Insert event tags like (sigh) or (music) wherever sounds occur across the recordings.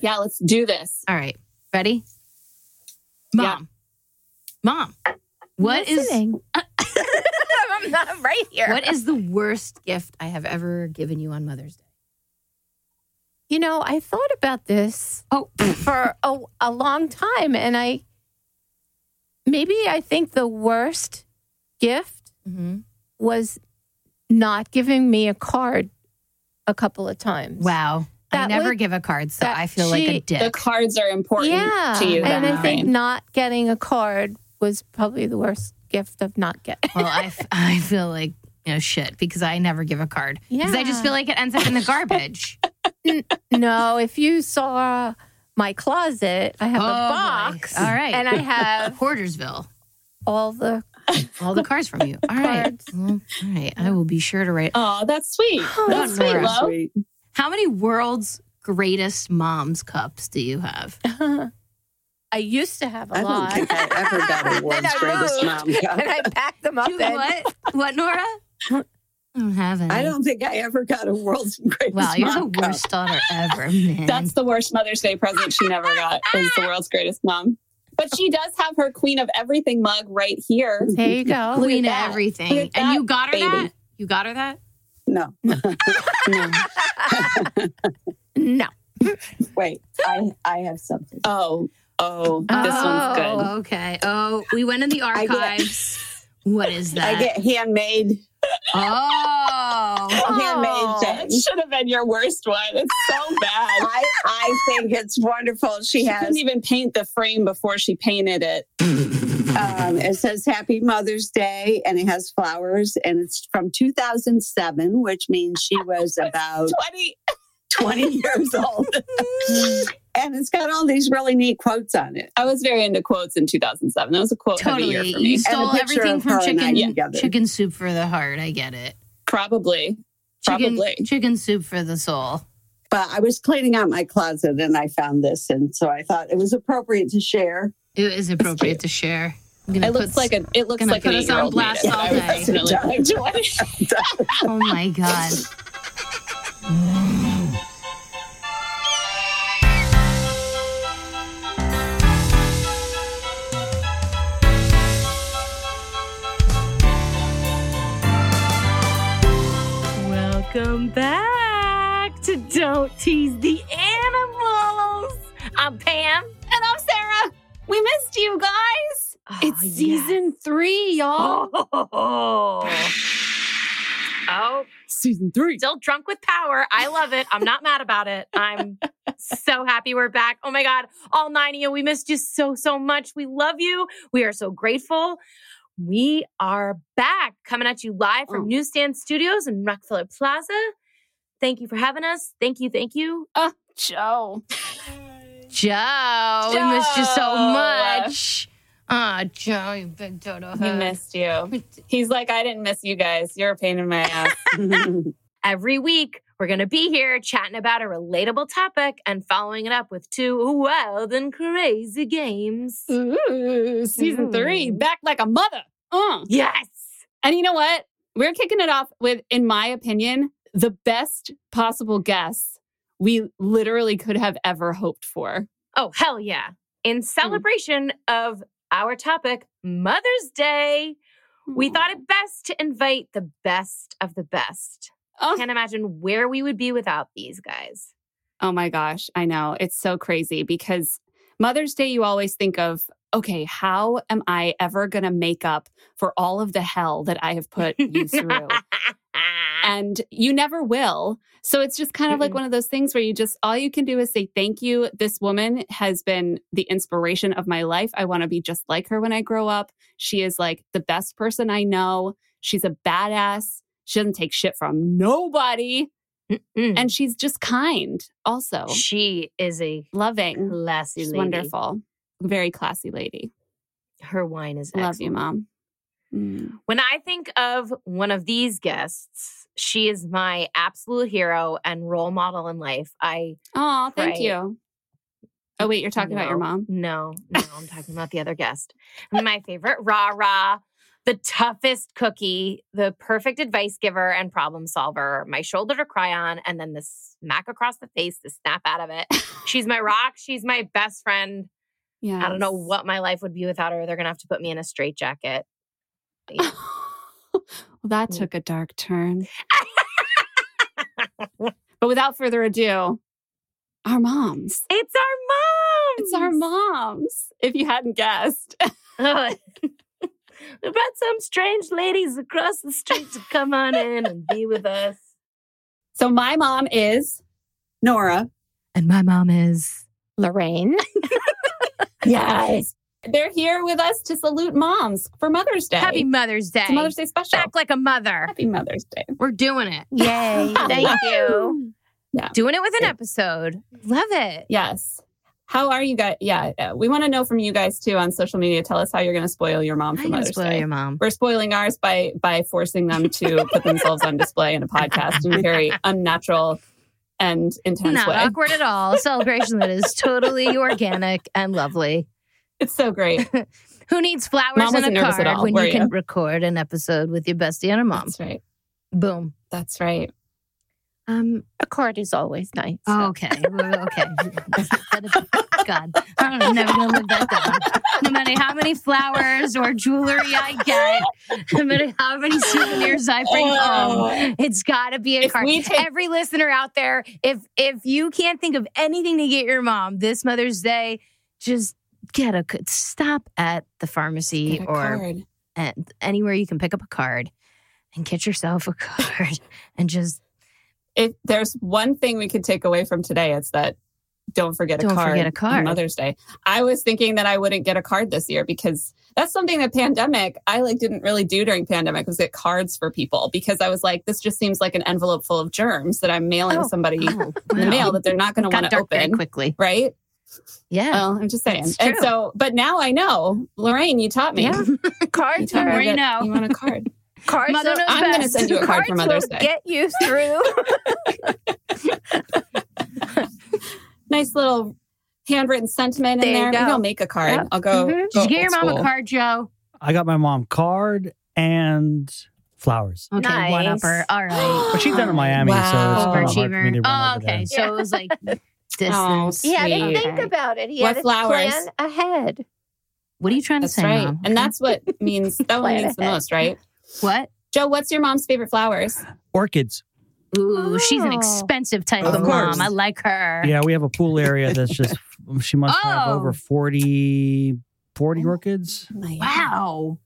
Yeah, let's do this. All right. Ready? Mom. Yeah. Mom. What is Listening. I'm not right here. what is the worst gift I have ever given you on Mother's Day? You know, I thought about this Oh. (laughs) for a, a long time, and I maybe I think the worst gift Mm-hmm. was not giving me a card a couple of times. Wow. I That never would- give a card, so that I feel like a she- dick. The cards are important yeah, to you. and then, I think right? not getting a card was probably the worst gift of (laughs) not getting. well, I, f- I feel like you know shit because I never give a card because I just Yeah. feel like it ends up in the (laughs) garbage. no, if you saw my closet, I have Oh, a boy. box. All right. and (laughs) I have Hoardersville, all the all the cards from you. (laughs) All right, cards. Well, all right. I will be sure to write. Oh, that's sweet. Oh, that's sweet, Nora. love. Sweet. How many world's greatest moms cups do you have? I used to have a I don't lot. (laughs) think I ever got a world's I greatest (laughs) mom cup. and I packed them up. You and- what? What, Nora? I don't have any. I don't think I ever got a world's greatest Wow, you're the mom cup. worst daughter (laughs) ever, man. That's the worst Mother's Day present she never got is the world's greatest mom. But she does have her Queen of Everything mug right here. There you go. queen of Look at everything. Look at And you that, got her baby. that? You got her that? No. no. No. Wait, I, I have something. Oh, oh, this one's good. Oh, Okay. Oh, we went in the I get- archives. What (laughs) is that? I get handmade, oh. Oh. handmade That things. should have been your worst one. It's so bad. I, I (laughs) think it's wonderful. She She has couldn't even paint the frame before she painted it. um, it says Happy Mother's Day and it has flowers and it's from 2007, which means she was (laughs) about 20. 20 years old. (laughs) and it's got all these really neat quotes on it. I was very into quotes in 2007. That was a quote heavy year Totally. for me. You stole picture everything of from her and I chicken together. chicken soup for the heart. I get it. Probably. Chicken, Probably. chicken soup for the soul. But I was cleaning out my closet and I found this. And so I thought it was appropriate to share. (laughs) It is appropriate to share. I'm gonna It put looks like a. It looks gonna like put an us on eight-year-old made blast it. all I was day. definitely like 20. Oh my god. Welcome back to Don't Tease the Animals. I'm Pam. (laughs) And I'm Sarah. We missed you guys. it's season three, y'all. (laughs) Oh. (gasps) oh. Season three. Still drunk with power. I love it. I'm not mad about it. I'm so happy we're back. Oh my God. All nine of you, we missed you so, so much. We love you. We are so grateful. We are back coming at you live from Oh. Newsstand Studios in Rockefeller Plaza. Thank you for having us. Thank you. Thank you. Uh, Joe. Joe, we missed you so Joe. much. Ah, Joe, you big dodo. He missed you. He's like, I didn't miss you guys. You're a pain in my ass. Every week, we're going to be here chatting about a relatable topic and following it up with two wild and crazy games. (laughs) Mm, Ooh, season Ooh. three, back like a mother. Uh. Yes. And you know what? We're kicking it off with, in my opinion, the best possible guess we literally could have ever hoped for. Oh, hell yeah. Hmm. In celebration of our topic, Mother's Day, we thought it best to invite the best of the best. Oh, Can't imagine where we would be without these guys. oh my gosh, I know. It's so crazy because Mother's Day, you always think of, okay, how am I ever going to make up for all of the hell that I have put you through? and you never will. So it's just kind of like Mm-mm. one of those things where you just all you can do is say thank you. This woman has been the inspiration of my life. I want to be just like her when I grow up. She is like the best person I know. She's a badass. She doesn't take shit from nobody Mm. and she's just kind also. she is a Loving. classy She's lady. wonderful. Very classy lady. Her wine is Love excellent. you, mom. Mm. When I think of one of these guests, she is my absolute hero and role model in life. I Oh, thank Right. you. Oh wait, you're talking about your no, mom. (laughs) No, no, I'm talking about the other guest. My favorite rah rah, the toughest cookie, the perfect advice giver and problem solver, my shoulder to cry on, and then the smack across the face to snap out of it. She's (laughs) my rock. She's my best friend. Yeah. I don't know (laughs) what my life would be without her. They're going to have to put me in a straitjacket. well, that Mm. took a dark turn. but without further ado, our moms. It's our mom. It's our moms, if you hadn't guessed. (laughs) (laughs) Oh, we brought some strange ladies across the street to come on in and be with us. So my mom is Nora, And my mom is. (laughs) Lorraine. yes. They're here with us to salute moms for Mother's Day. Happy Mother's Day. it's a Mother's Day special. Act like a mother. Happy Mother's Day. We're doing it. (laughs) Yay. Thank you. Doing it with an episode. Love it. Yes. How are you guys? Yeah, uh, we want to know from you guys too on social media. Tell us how you're going to spoil your mom I'm for gonna Mother's spoil Day. your mom. We're spoiling ours by by forcing them (laughs) to put themselves on display in a podcast in a very unnatural and intense Not way. awkward at all. (laughs) A celebration that is totally organic and lovely. It's so great. Who needs flowers Mom and wasn't a nervous at card all, when were you you? can record an episode with your bestie and a (laughs) mom? That's right. Boom. That's right. Um. A card is always nice. oh, okay. Well, okay. God, I'm never gonna live that down. No matter how many flowers or jewelry I get, no matter how many souvenirs I bring home, it's got to be a Oh. If card. we take- Every listener out there, if if you can't think of anything to get your mom this Mother's Day, just get a c- stop at the pharmacy Get a or card. at anywhere you can pick up a card and get yourself a card and just If there's one thing we could take away from today, it's that don't forget a Don't card. forget a on card. Mother's Day. I was thinking that I wouldn't get a card this year because that's something that pandemic I like didn't really do during pandemic was get cards for people because I was like, this just seems like an envelope full of germs that I'm mailing Oh. somebody oh, in the wow. mail that they're not going to Got want to dark very open. quickly. Right? Yeah. Well, I'm just saying. It's And true. so, but now I know, Lorraine, you taught me. Yeah. You Cards taught me are Lorraine. that know. you want a (laughs) card. cards Mother are knows I'm gonna best. (laughs) send you a card for Cards Mother's will Day. Get you (laughs) through. nice little handwritten sentiment in There you there. Maybe go. I'll make a card. Yep. I'll go. Mhm. go Mm-hmm. Oh, Did you get your old mom school. a card, Joe? I got my mom card and flowers. Okay, one Nice. upper. All (gasps) right. But she's down in Miami, so it's Wow. kind of hard for me to Overachiever. run Oh, over okay. there. So it was (laughs) like Oh, distance. sweet. He had Okay. to think about it. He What had to flowers? plan ahead. What are you trying to That's say, right. Mom? And that's what (laughs) means that one Plan means the ahead. most, right? what? Joe, what's your mom's favorite flowers? Orchids. Ooh, she's an Oh. expensive type of, Of mom. course. I like her. Yeah, we have a pool area that's just, (laughs) she must have Oh. over 40, 40 orchids. Wow.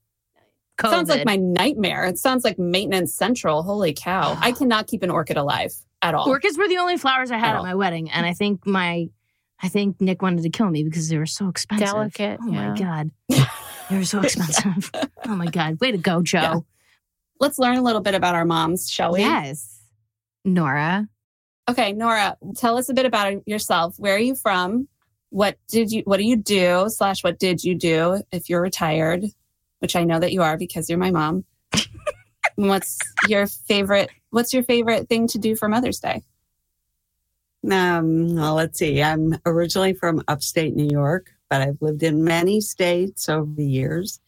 COVID. Sounds like my nightmare. It sounds like maintenance central. Holy cow. (sighs) I cannot keep an orchid alive at all. orchids were the only flowers I had Oh. at my wedding, and I think my, I think Nick wanted to kill me because they were so expensive. Delicate, Oh yeah. my (laughs) god, they were so expensive. oh my god, way to go, Joe. Let's learn a little bit about our moms, shall we? Yes, Nora. Okay, Nora, tell us a bit about yourself. Where are you from? What did you what do you do? Slash what did you do if you're retired? Which I know that you are because you're my (laughs) mom. And what's your favorite what's your favorite thing to do for Mother's Day? Um, well, let's see. I'm originally from upstate New York, but I've lived in many states over the years.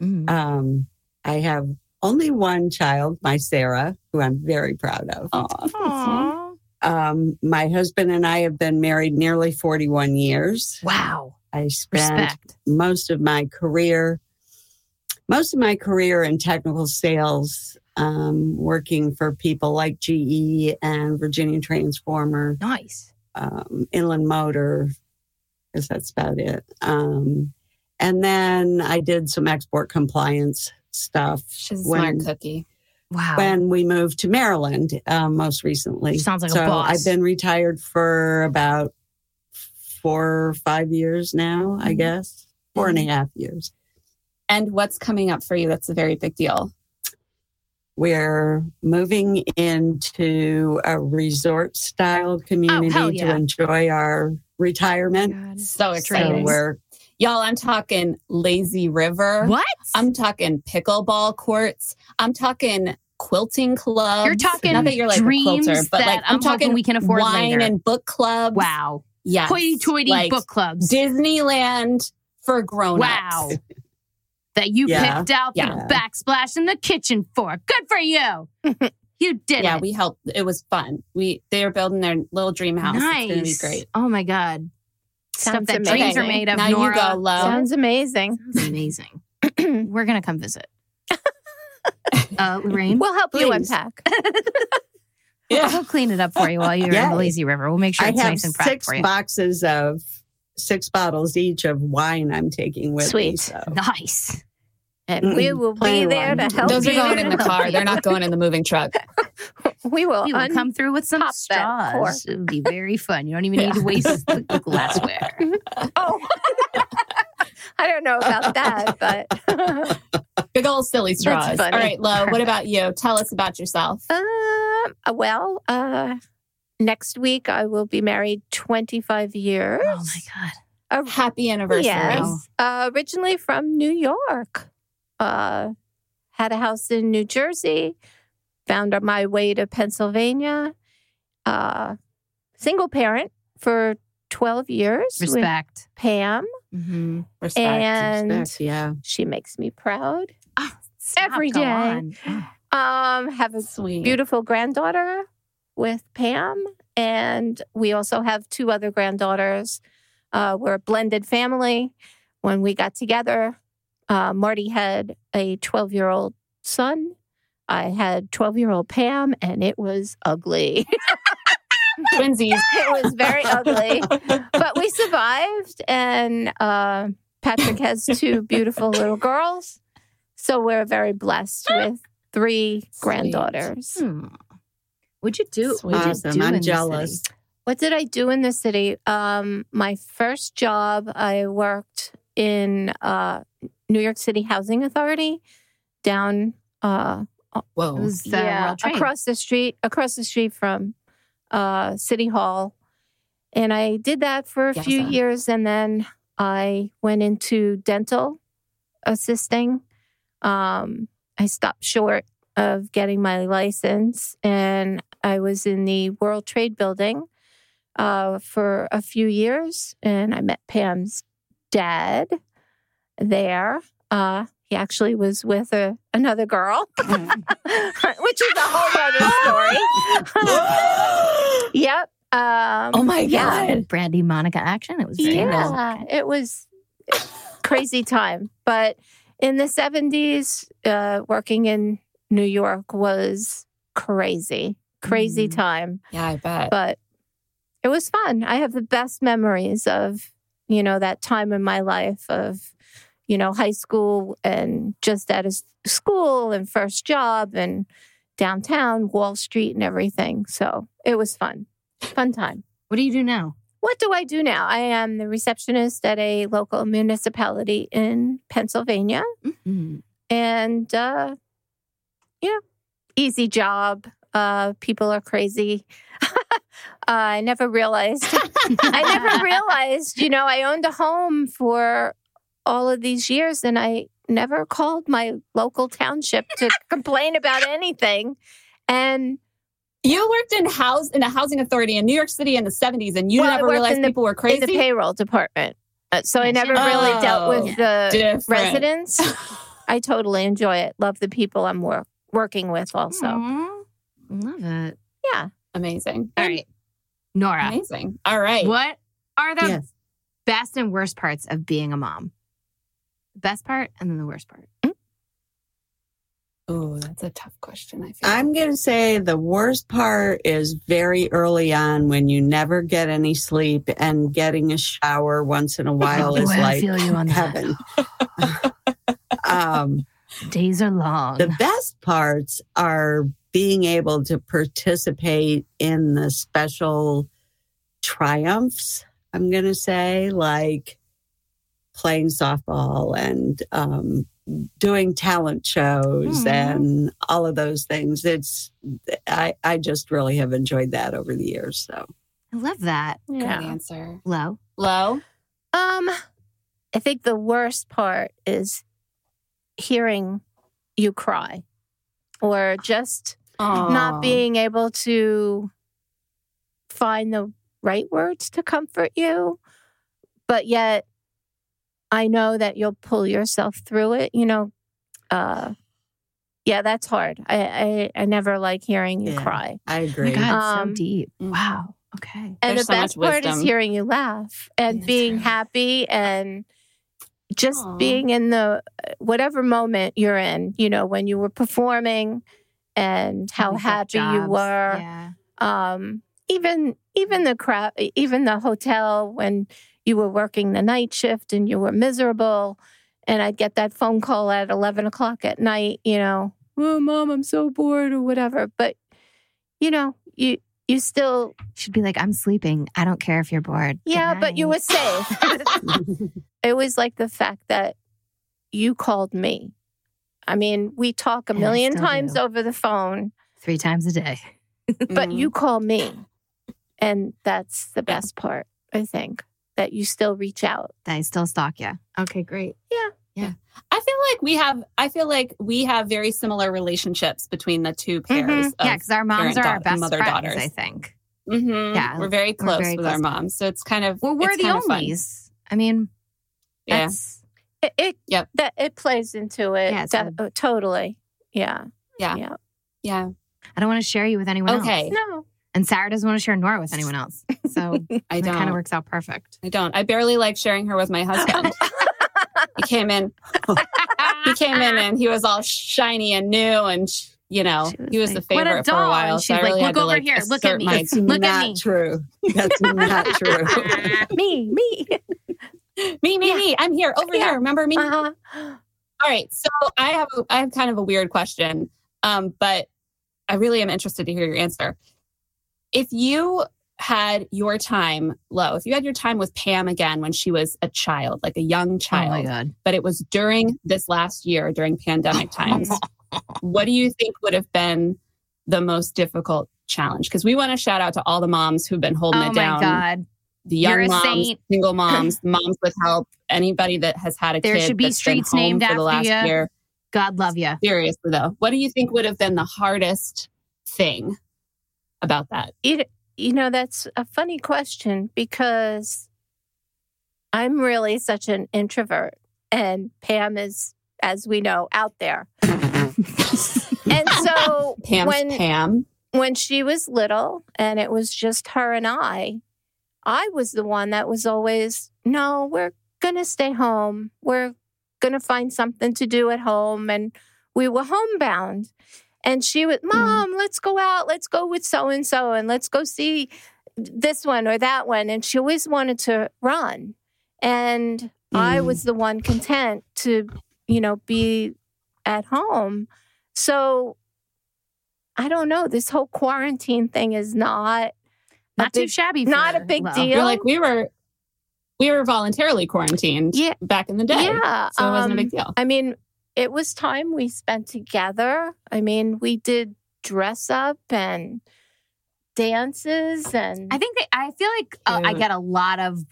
Mm. Um, I have only one child, my Sarah, who I'm very proud of. Oh, Um, my husband and I have been married nearly 41 years. Wow. I spent Respect. most of my career, most of my career in technical sales, um, working for people like GE and Virginia Transformer, Nice. um, Inland Motor, because that's about it. Um, and then I did some export compliance stuff she's a When- smart cookie. Wow. when we moved to Maryland, um, most recently. She sounds like a so boss. I've been retired for about four or five years now, Mm-hmm. I guess, four and a half years. And what's coming up for you? That's a very big deal. We're moving into a resort style community Oh, yeah. to enjoy our retirement. So So exciting. we're Y'all, I'm talking lazy river. what? I'm talking pickleball courts. I'm talking quilting clubs. You're talking not that you're like dreams a quilter, but that like I'm hoping talking we can afford wine later. and book clubs. wow. yeah, Hoity-toity book clubs. Disneyland for grown-ups. Wow. that you Yeah. picked out Yeah. the backsplash and the kitchen fork. Good for (laughs) you. you did yeah, it. we helped. It was fun. We they are building their little dream house. It's gonna be nice. great. Oh my god. Stuff Sounds that amazing. dreams are made of. now you Nora. go low. Sounds amazing. Sounds (clears throat) amazing. We're gonna (laughs) come visit. uh, Lorraine, We'll help you Please. unpack. Yeah. we'll clean it up for you while you're in Yeah. the lazy river. We'll make sure I it's have nice and prepped six for you. boxes of six bottles each of wine I'm taking with me. Sweet. So. Nice. And we Mm-mm. will be Plain there wine. to help Those you. are going in the (laughs) car. They're not going in the moving truck. (laughs) We will, We will un- come through with some pop that cork. straws. It would be very fun. You don't even need to (laughs) waste the the glassware. Oh Oh. I don't know about that, but (laughs) Big old silly straws. All funny. right, Lo, what about you? Tell us about yourself. Oh, Um, well, uh, next week I will be married 25 years. Oh my god. Uh, Happy anniversary. Yes. Uh, originally from New York. Uh, had a house in New Jersey, found on my way to Pennsylvania. Uh, single parent for 12 years with Respect. Pam. Mm-hmm. Respect, And- respect, yeah. She makes me proud. Oh, Every day. Um, have a Sweet. beautiful granddaughter with Pam, and we also have two other granddaughters. Uh, we're a blended family. When we got together, uh, Marty had a 12 year old son. I had 12 year old Pam, and it was ugly. (laughs) (laughs) Twinsies. it was very ugly, but we survived. And uh, Patrick has two beautiful little girls. So we're very blessed with three granddaughters. Hmm. What'd you do? What'd you Awesome. do I'm in the jealous. city? What did I do in the city? Um, my first job, I worked in uh, New York City Housing Authority down uh, It Whoa. was uh, the World Trade. across the street, across the street from uh, City Hall, and I did that for a few Yowza. years, and then I went into dental assisting. Um, I stopped short of getting my license, and I was in the World Trade Building uh, for a few years, and I met Pam's dad there. Uh, he actually was with a, another girl (laughs) which is a (laughs) whole other story. yep. Um, Oh my yeah. God. Brandy Monica action. It was very nice. yeah, it was crazy time. But in the seventies, uh, working in New York was crazy, crazy Mhm. time. Yeah, I bet. But it was fun. I have the best memories of you know that time in my life of you know high school and just at a s- school and first job and downtown Wall Street and everything. So it was fun, fun time. What do you do now? What do I do now? I am the receptionist at a local municipality in Pennsylvania, Mm-hmm. Mhm. and uh, yeah, easy job. Uh, people are crazy. (laughs) Uh, I (laughs) never realized I never realized, you know, I owned a home for all of these years and I never called my local township (laughs) to complain about anything. And You worked in house in a housing authority in New York City in the 70s and you Well, I never worked realized in the- people were crazy. in the payroll department. Uh, So I Yes, never yeah. really dealt Oh, with the Different. (laughs) residents. I totally enjoy it. Love the people I'm wor- working with also. Aw, love it. Amazing. All right, Nora. Amazing. All right. What are the Yes. best and worst parts of being a mom? The best part and then the worst part. Oh, that's a tough question. I feel I'm going to say the worst part is very early on when you never get any sleep and getting a shower (laughs) once in a while Boy, is I (laughs) like (laughs) feel you on that. heaven. (laughs) (laughs) um, Days are long. the best parts are being able to participate in the special triumphs, I'm going to say, like playing softball and um, doing talent shows Mhm. and all of those things. It's, I, I just really have enjoyed that over the years. So, I love that. good Yeah. answer. Low. Low. Um, I think the worst part is hearing you cry or just not being able to find the right words to comfort you, but yet I know that you'll pull yourself through it. You know, uh, yeah, that's hard. I, I, I never like hearing you Yeah. cry. Oh I my agree. God, so Um, deep. Mm. Wow. Okay. And There's so the much best part is wisdom. hearing you laugh and That's being right. happy and just Aw. being in the uh, whatever moment you're in, you know, when you were performing and Oh how We both happy you jobs. were. Yeah. um, even even the crowd, e, even the hotel when you were working the night shift and you were miserable, and I'd get that phone call at eleven o'clock at night, you know, oh mom, I'm so bored or whatever. But you know, you you still, Should be like, I'm sleeping. I don't care if you're bored. Good yeah, but you night." (laughs) were safe. it was like the fact that you called me. I mean, we talk a And I million still times do. over the phone, three times a day. (laughs) but mm. Mm. you call me and that's the best part i think that you still reach out I still stalk you. Okay, great. I feel like we have I feel like we have very similar relationships between the two Mm-hmm. pairs. Of, yeah, because our moms parent are our daughter- best mother friends. daughters. I think. Mhm. yeah, We're very close very with our close. moms. So it's kind of Well, we're it's the kind of fun. onlys. I mean, Yeah. that's it, it Yep. that it plays into it Yeah, it's def- oh, totally yeah Yeah. I don't want to share you with anyone else. Okay. no And Sarah doesn't want to share Nora with anyone else. So I it don't. kind of works out (laughs) perfect. I don't. I barely like sharing her with my (laughs) husband. he came in. He came in and he was all shiny and new, and sh- you know She was he was like, the "What a favorite for a doll," while. and so she's I really like, had "Look to, over like, here, look at assert me." my- (laughs) That's Look at not me. true. (laughs) That's not true. me me me, me, Yeah. me. I'm here over Yeah. here. Remember me? uh-huh. All right. So I have a, I have kind of a weird question, um, but I really am interested to hear your answer. If you had your time, low, if you had your time with Pam again when she was a child, like a young Oh my child, god. but it was during this last year during (laughs) pandemic times, what do you think would have been the most difficult challenge? Because we want to shout out to all the moms who've been holding Oh it my down. god. The young You're a moms, saint. (laughs) single moms, moms with help, anybody that has had a There kid. should be that's been streets home named for after the last you. year God love you. seriously though, what do you think would have been the hardest thing about that? It, you know that's a funny question because i'm really such an introvert and pam is as we know out (laughs) there and so Pam's when Pam. when she was little and it was just her and I, I was the one that was always, no, we're going to stay home. We're going to find something to do at home. And we were homebound. And she was, Mm-hmm. Mom, let's go out. Let's go with so and so and let's go see this one or that one. And she always wanted to run. And I Mm. Mm-hmm. was the one content to, you know, be at home. So I don't know. This whole quarantine thing is not Not too big- shabby. For not a big Lo. deal. You're like we were we were voluntarily quarantined Yeah. back in the day. Yeah. So it wasn't um, a big deal. I mean, it was time we spent together. I mean, we did dress up and dances and I think they, I feel like uh, I Cute. get a lot of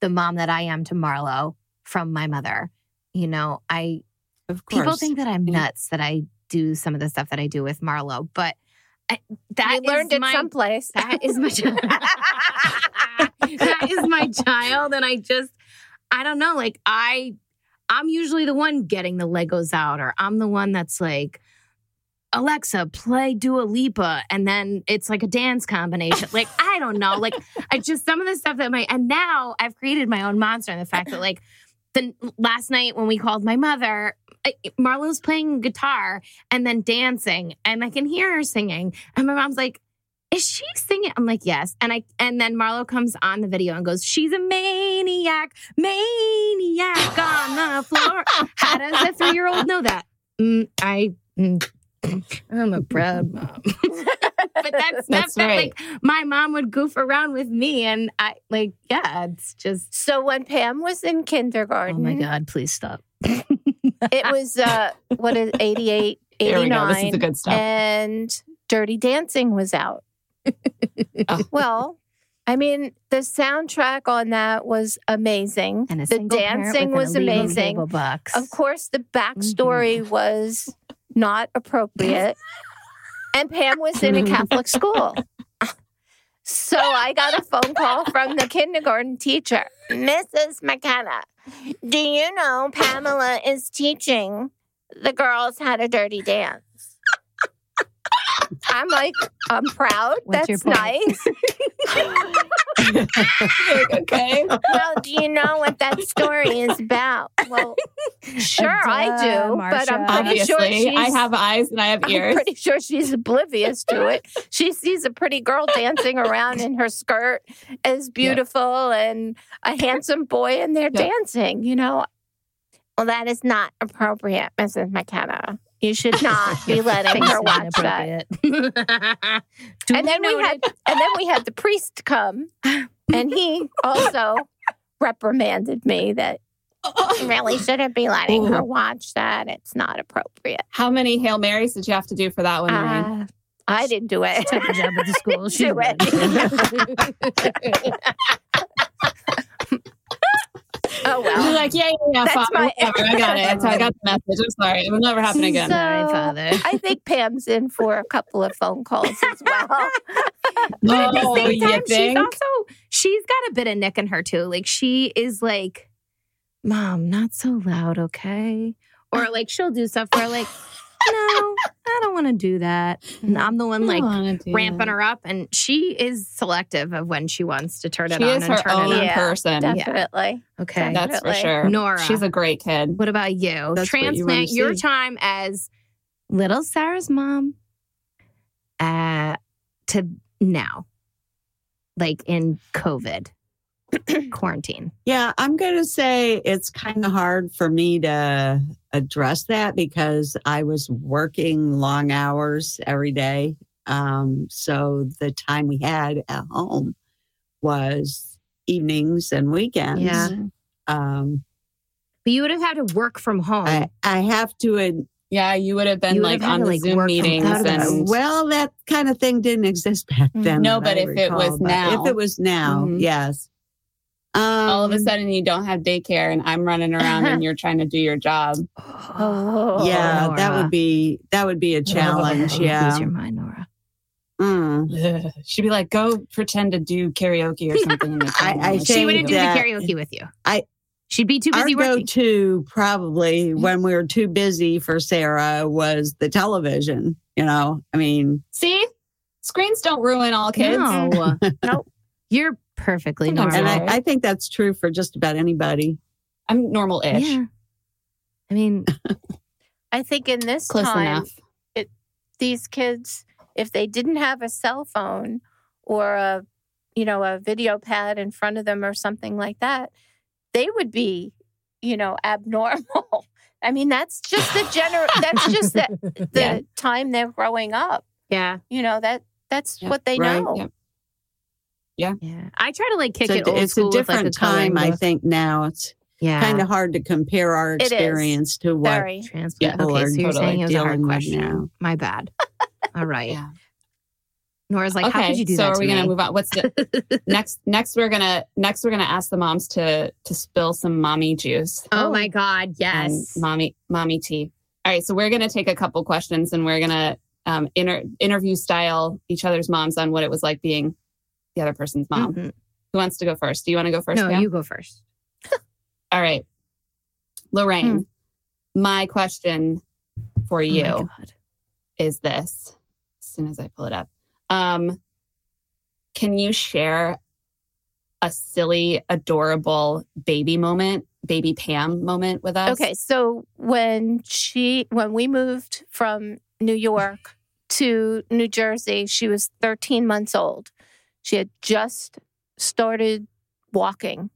the mom that I am to Marlo from my mother. You know, I Of course. people think that I'm Yeah. nuts that I do some of the stuff that I do with Marlo, but I, that we learned is it my, someplace. (laughs) That is my child. that is my child, and I just I don't know. Like I, I'm usually the one getting the Legos out, or I'm the one that's like. Alexa, play Dua Lipa, and then it's like a dance combination. Like I don't know, like I just some of the stuff that my and now I've created my own monster. And the fact that like the last night when we called my mother, I- Marlo's playing guitar and then dancing, and I can hear her singing. And my mom's like, "Is she singing?" I'm like, "Yes." And I and then Marlo comes on the video and goes, "She's a maniac, (laughs) maniac on the floor." How does a three year old know that? Mm, I. mm, I'm a proud mom, but that's (laughs) That's that, right. Like my mom would goof around with me, and I like, yeah, it's just. (laughs) so when Pam was in kindergarten, Oh my god! Please stop. it was uh, (laughs) what is 88, There we go. 89. This is the good stuff. and Dirty Dancing was out. Oh. (laughs) Well, I mean, the soundtrack on that was amazing. And a the single parent dancing with an was illegal amazing. cable box. Of course, the backstory Mm-hmm. was not appropriate. And Pam was in a Catholic school. So I got a phone call from the kindergarten teacher, Mrs. McKenna. Do you know Pamela is teaching the girls how to dirty dance? I'm like, I'm proud. What's your That's point? nice. (laughs) (laughs) okay. well, do you know what that story is about? (laughs) Well, sure I Duh, do, but I'm Marsha. pretty Obviously, sure she's I have eyes and I have I'm (laughs) ears. pretty sure she's oblivious to it. She sees a pretty girl dancing around in her skirt, as beautiful and a handsome boy, and they're Yep. dancing. You know, well, that is not appropriate, Mrs. McKenna. You should not be letting her watch that. that. (laughs) And then we had, and then we had the priest come, and he also reprimanded me that you really shouldn't be letting her watch that. It's not appropriate. How many Hail Marys did you have to do for that one, Lorraine? Uh, I didn't do it. took a job at the (laughs) school. She Do went. (laughs) (laughs) Oh (laughs) well. You're like, yeah, yeah, yeah, That's Father, my- whatever. I got it. I got the message. I'm sorry. It'll never happen uh, again. Sorry, So- father. I think Pam's in for a couple of phone calls (laughs) as well. But at the same Oh, you time, she's think? also she's got a bit of Nick in her too. Like she is like, Mom, not so loud, okay? Ah. Or like she'll do stuff where like, no, I don't want to do that. And I'm the one like ramping her up, and she is selective of when she wants to turn it She on is and her turn own it on. Yeah, person. Definitely. Okay, That's for definitely. sure. Nora. She's a great kid. What about you? That's what you wanna Transplant your see. time as little Sarah's mom uh, to now, like in (clears throat) COVID quarantine. Yeah, I'm going to say it's kind of hard for me to address that because I was working long hours every day. Um, so the time we had at home was evenings and weekends. Yeah. Um, But you would have had to work from Oh. home. I, I have to ad- Yeah, you would have been You would like have had on to, the like, work Zoom from meetings out of the and house. well, that kind of thing didn't exist (laughs) back then. Mm. No, that I but if it was but now. if it was now, Mhm. yes. Um, all of a sudden you don't have daycare and I'm running around (laughs) and you're trying to do your job. Oh, yeah, that Nora. uh. would be that (laughs) would be a (gasps) challenge. Oh, yeah, Lose your mind, Nora. Mm. (laughs) She'd be like, go pretend to do karaoke or (laughs) something. In the I- corner." I Like, She think wouldn't do the that- karaoke with you. I- She'd be too Our busy working. go-to probably when we were too busy for Sarah was the television. You know, I mean, See, screens don't ruin all kids. No. Nope. You're perfectly normal. Sometimes and Right. I, I think that's true for just about anybody. (laughs) I'm normal ish. Yeah. I (laughs) mean, I think in this Close time, enough. these kids, if they didn't have a cell phone or a, you know, a video pad in front of them or something like that, they would be, you know, abnormal. (laughs) I mean, that's just the gener. that's just the, (laughs) the Yeah. time they're growing up. yeah. You know that that's Yep, what they right, know. yep. Yeah, I try to like kick So it old it's school a different with like a time, I coloring book. think. Now it's Yeah, kind of hard to compare our It is. experience to what Very. transplant. okay, Yeah, so we're you're totally saying it was a hard dealing with question. now. My (laughs) bad. All right. Yeah. Nora's like, okay, how could you do so that? are to we gonna me? move on? (laughs) What's the next? Next, we're gonna next we're gonna ask the moms to to spill some mommy juice. Oh my god, and yes. mommy mommy tea. All right, so we're gonna take a couple questions and we're gonna um, inter- interview style each other's moms on what it was like being the other person's mom. Mhm. Who wants to go first? Do you want to go first? No, Pam? you go first. All right, Lorraine. Hmm. My question for you Oh my God. is this as soon as I pull it up. Um, can you share a silly, adorable baby moment, baby Pam moment with us? Okay, so when she when we moved from New York to New Jersey, she was 13 months old. She had just started walking.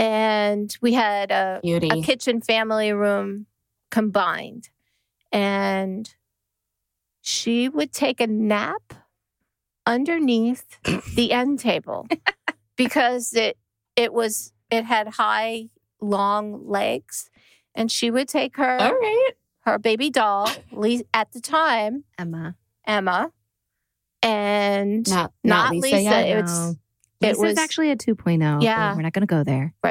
and we had a Beauty. a kitchen family room combined. And she would take a nap underneath the end table because it it was it had high long legs and she would take her All right. her baby doll Lis- at the time Emma. Emma and Not, not, not Lisa. Lisa, yet. it was No. it Lisa's was- actually a 2.0. but Yeah. we're not going to go there. (laughs)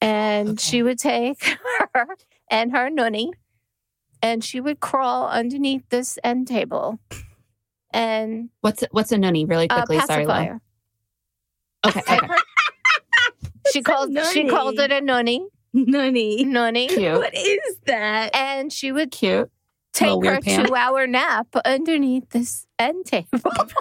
And Okay. she would take (laughs) her and her nunny and she would crawl underneath this end table and What's what's a nunny? Really uh, quickly. Sorry, Lo. pacifier. Okay. (laughs) okay. (laughs) She It's a called she nunny. called it a nunny, Nunny. nunny, Cute. What is that? and she would Cute. Little take her weird pant. two hour nap underneath this (laughs) end table. God.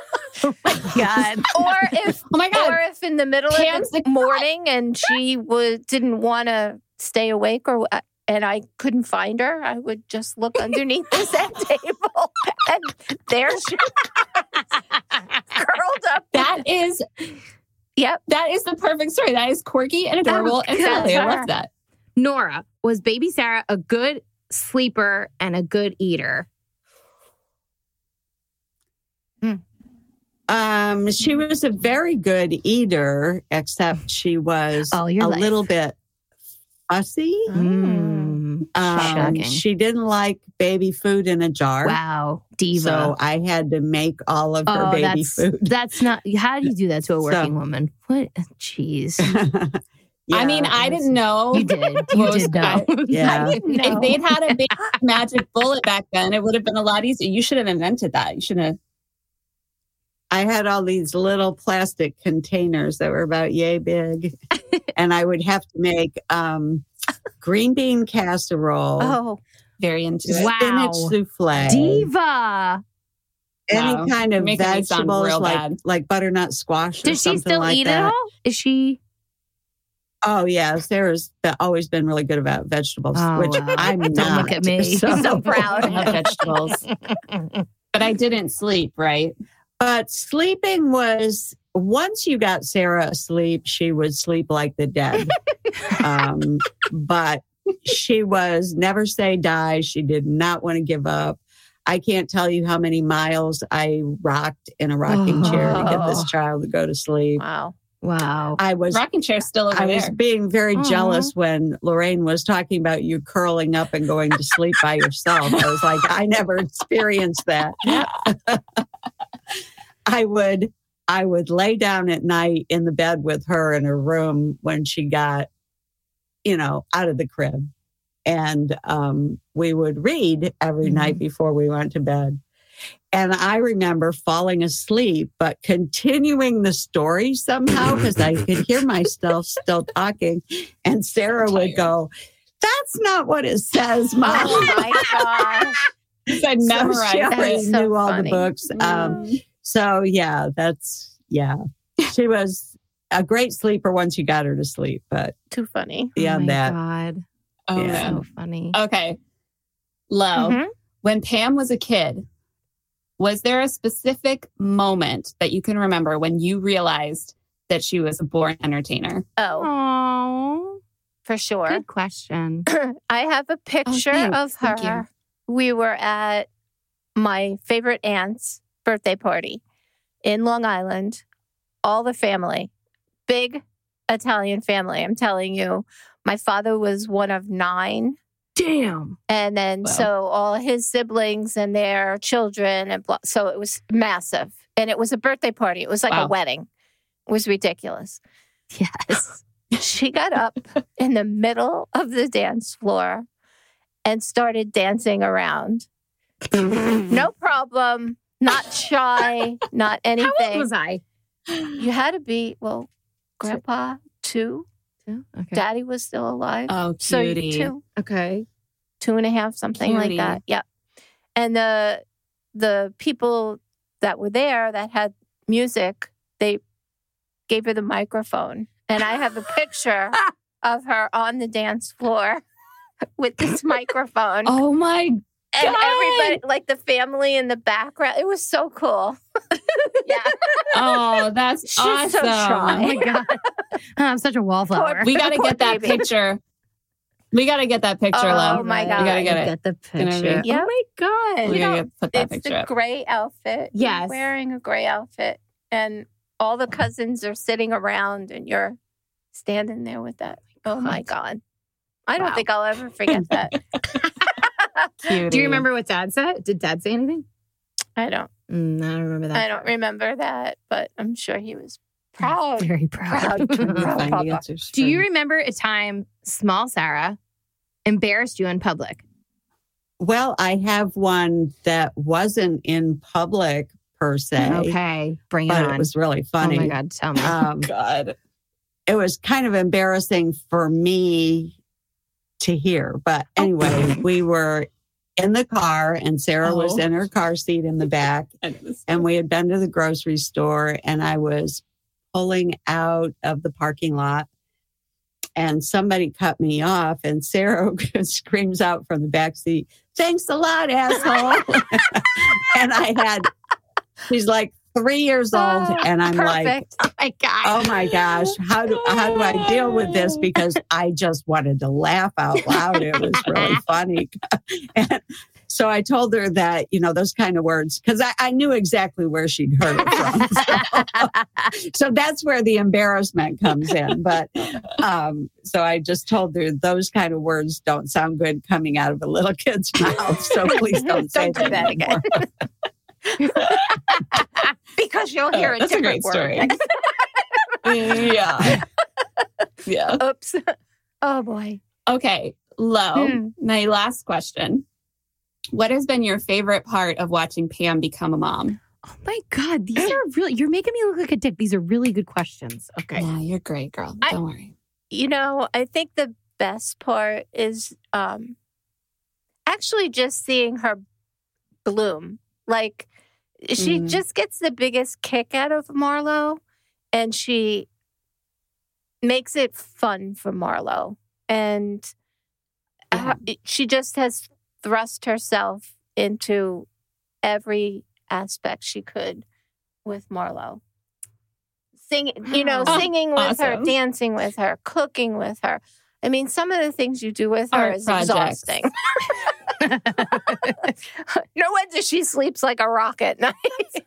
or if Oh my god. or if in the middle Pam's of the the morning and she was didn't want to stay awake or wha- and I couldn't find her, I would just (laughs) look underneath this end table and there she (laughs) curled up. That is Yep. that is the perfect story. That is quirky and That adorable was and good. Sally. I Sarah. love that. Nora, was baby Sarah a good sleeper and a good eater? Um, she was a very good eater, except she was All your a life. little bit fussy. Mm. Um, Shocking. she didn't like baby food in a jar. Wow. Diva. So I had to make all of her oh, baby that's food. (laughs) that's not how do you do that to a So- working woman? What jeez. (laughs) I Yeah, mean, I it was- didn't know. You did. You Well, did (laughs) know. I- Yeah. If they'd had a big magic bullet back then, it would have been a lot easier. You should have invented that. You should have. I had all these little plastic containers that were about yay big, and I would have to make um, green bean casserole, Oh, Very into it. Wow. spinach souffle, Diva. any Wow. kind You're of making me sound vegetables real like bad. like butternut squash. or Does she something still like eat that. at all? Is she Oh yeah, Sarah's be- always been really good about vegetables, Oh, which wow. I'm (laughs) Don't not. look at (laughs) me. I'm (laughs) so proud. I love (laughs) vegetables, but I didn't sleep right. But sleeping was once you got Sarah asleep, she would sleep like the dead. um, but she was never say die. She did not want to give up. I can't tell you how many miles I rocked in a rocking chair to get Oh. this child to go to sleep. wow. Wow. I was Rocking chair's still over I there. (laughs) was being very Aw. jealous when Lorraine was talking about you curling up and going to sleep by yourself. I was like, I (laughs) never experienced that. (laughs) I would I would lay down at night in the bed with her in her room when she got, you know, out of the crib. And um, we would read every Mm-hmm. night before we went to bed. And I remember falling asleep, but continuing the story somehow because I could hear myself still talking. And Sarah Tired. would go, That's not what (laughs) it says, Mom. Oh my gosh. I So memorized she it. already That's so knew all funny. the books. Mm-hmm. Um, so yeah, that's yeah. She was a great sleeper once you got her to sleep, but Too funny. beyond oh my that, God. Oh, Yeah. no. So funny. Okay. Low. Mhm. When Pam was a kid, was there a specific moment that you can remember when you realized that she was a born (laughs) entertainer? Oh, Oh. for sure. Good question. I have a picture thanks. of her. Oh, Thank you. We were at my favorite aunt's birthday party in Long Island. All the family, big Italian family. I'm telling you, my father was one of nine. (laughs) Damn. And then, Wow. so all his siblings and their children, and blah, so it was massive. And it was a birthday party. It was like Wow. a wedding. It was ridiculous. Yes. She got up in the middle of the dance floor and started dancing around. Oh, No problem. Not shy, not anything. How old was I? you had to be, well, grandpa, two. Two? Okay. Daddy was still alive. Uh, Oh, so you- cutie. two, okay. two and a half, something Cutie. like that. Yep. And the the people that were there that had music, they gave her the microphone. And I have a (laughs) picture of her on the dance floor (laughs) (laughs) with this microphone. Oh my and God. everybody like the family in the background. It was so cool. (laughs) yeah. Oh, that's (laughs) She's so awesome. shy. Oh my God. (laughs) I'm such a wallflower. We gotta (laughs) Poor get that baby. picture. We gotta get that picture, Oh Lo. my Right. God. We gotta get it. the gonna be- picture. Yep. (laughs) Oh my We God. gotta get, put that it's picture the up. gray outfit. You're Yes. wearing a gray outfit. And all the cousins are sitting around and you're standing there with that. Oh my God. I don't Wow. think I'll ever forget that. Do you remember what Dad said? Did Dad say anything? I don't Mm, I don't remember that. I don't remember that, but I'm sure he was proud. Very (laughs) proud. Proud. Proud. find Papa. answers. Do for- you remember a time small Sarah embarrassed you in public? Well, I have one that wasn't in public per se. Okay, bring it But on. it was really funny. Oh my god, tell me. (laughs) Um, God. it was kind of embarrassing for me to hear. But Oh. anyway, we were in the car and Sarah was Oh. in her car seat in the back. and we had been to the grocery store and I was pulling out of the parking lot and somebody cut me off and Sarah (laughs) screams out from the back seat, "Thanks a lot, (laughs) asshole." (laughs) and I had she's like 3 years old Ah, and I'm like Perfect. oh my god. oh my gosh how do how do i deal with this because i just wanted to laugh out loud it was (laughs) really funny and so i told her that you know those kind of words because I, I knew exactly where she'd heard it from (laughs) so, so that's where the embarrassment comes in but um, so i just told her those kind of words don't sound good coming out of a little kid's (laughs) mouth so (laughs) please don't say Don't do that anymore. again. because you'll hear a that's a different great story. (laughs) word. yeah. Yeah. Oops. (laughs) Oh boy. Okay, low. Hmm. My last question. What has been your favorite part of watching Pam become a mom? Oh my god, these are really. You're making me look like a dick. These are really good questions. Okay. Yeah, you're great, girl. I- Don't worry. You know, I think the best part is um actually just seeing her bloom. Like she Mhm. just gets the biggest kick out of Marlo and she makes it fun for Marlo. And Yeah. uh, she just has thrust herself into every aspect she could with Marlo. Sing, you know, Wow. singing with her, Awesome. dancing with her, cooking with her. I mean, some of the things you do with her Art is projects. exhausting. (laughs) Oh. (laughs) no wonder she sleeps like a rock at night.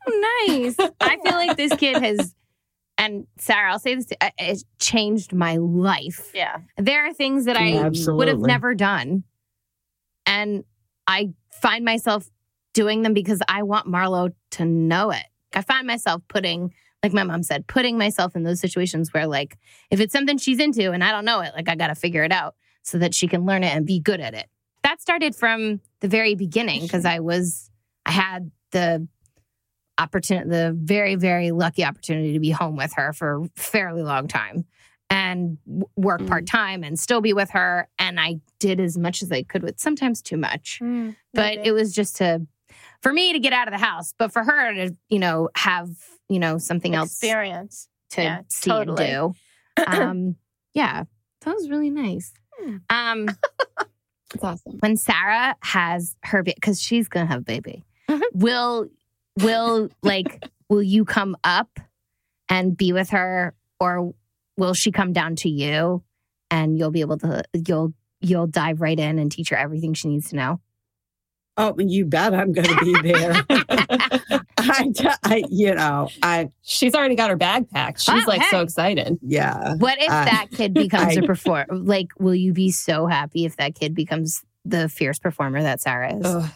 Oh, nice. I feel like this kid has, and Sarah, I'll say this, uh, it's changed my life. Yeah. There are things that I Absolutely. would have never done. And I find myself doing them because I want Marlo to know it. I find myself putting, like my mom said, putting myself in those situations where, like, if it's something she's into and I don't know it, like, I got to figure it out so that she can learn it and be good at it. That started from the very beginning because I was, I had the opportunity, the very, very lucky opportunity to be home with her for a fairly long time and w- work Mm-hmm. Mm. part time and still be with her. And I did as much as I could with sometimes too much Mm, but it was just to for me to get out of the house but for her to you know have you know something else to experience. yeah, see totally. (clears throat) and do um yeah that was really nice Hmm. um It's awesome. when sarah has her because she's gonna have a baby Mhm. Mm-hmm. will will (laughs) like will you come up and be with her or will she come down to you and you'll be able to you'll you'll dive right in and teach her everything she needs to know Oh, you bet I'm going to be there. (laughs) I, I, you know, I, She's already got her bag packed. She's Oh, like so hey. excited. yeah. What if Uh, that kid becomes a I- performer? Like, will you be so happy if that kid becomes the fierce performer that Sarah is? Ugh.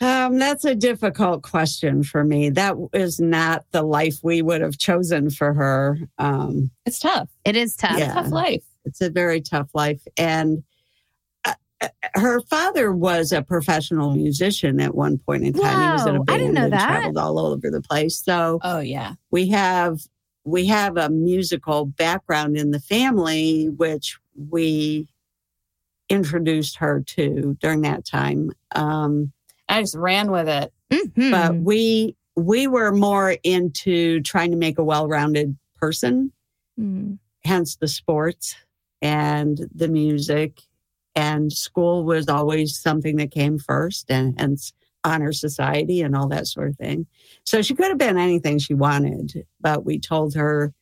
Um, that's a difficult question for me. That is not the life we would have chosen for her. Um, It's tough. It is tough. It's Yeah. a tough life. it's a very tough life. And uh, uh, her father was a professional musician at one point in time. he was in a Whoa, band I didn't know and that. traveled all over the place. So Oh yeah. we have we have a musical background in the family which we introduced her to during that time um, I just ran with it. Mhm. but we we were more into trying to make a well-rounded person Mm. hence the sports and the music and school was always something that came first and hence honor society and all that sort of thing so she could have been anything she wanted but we told her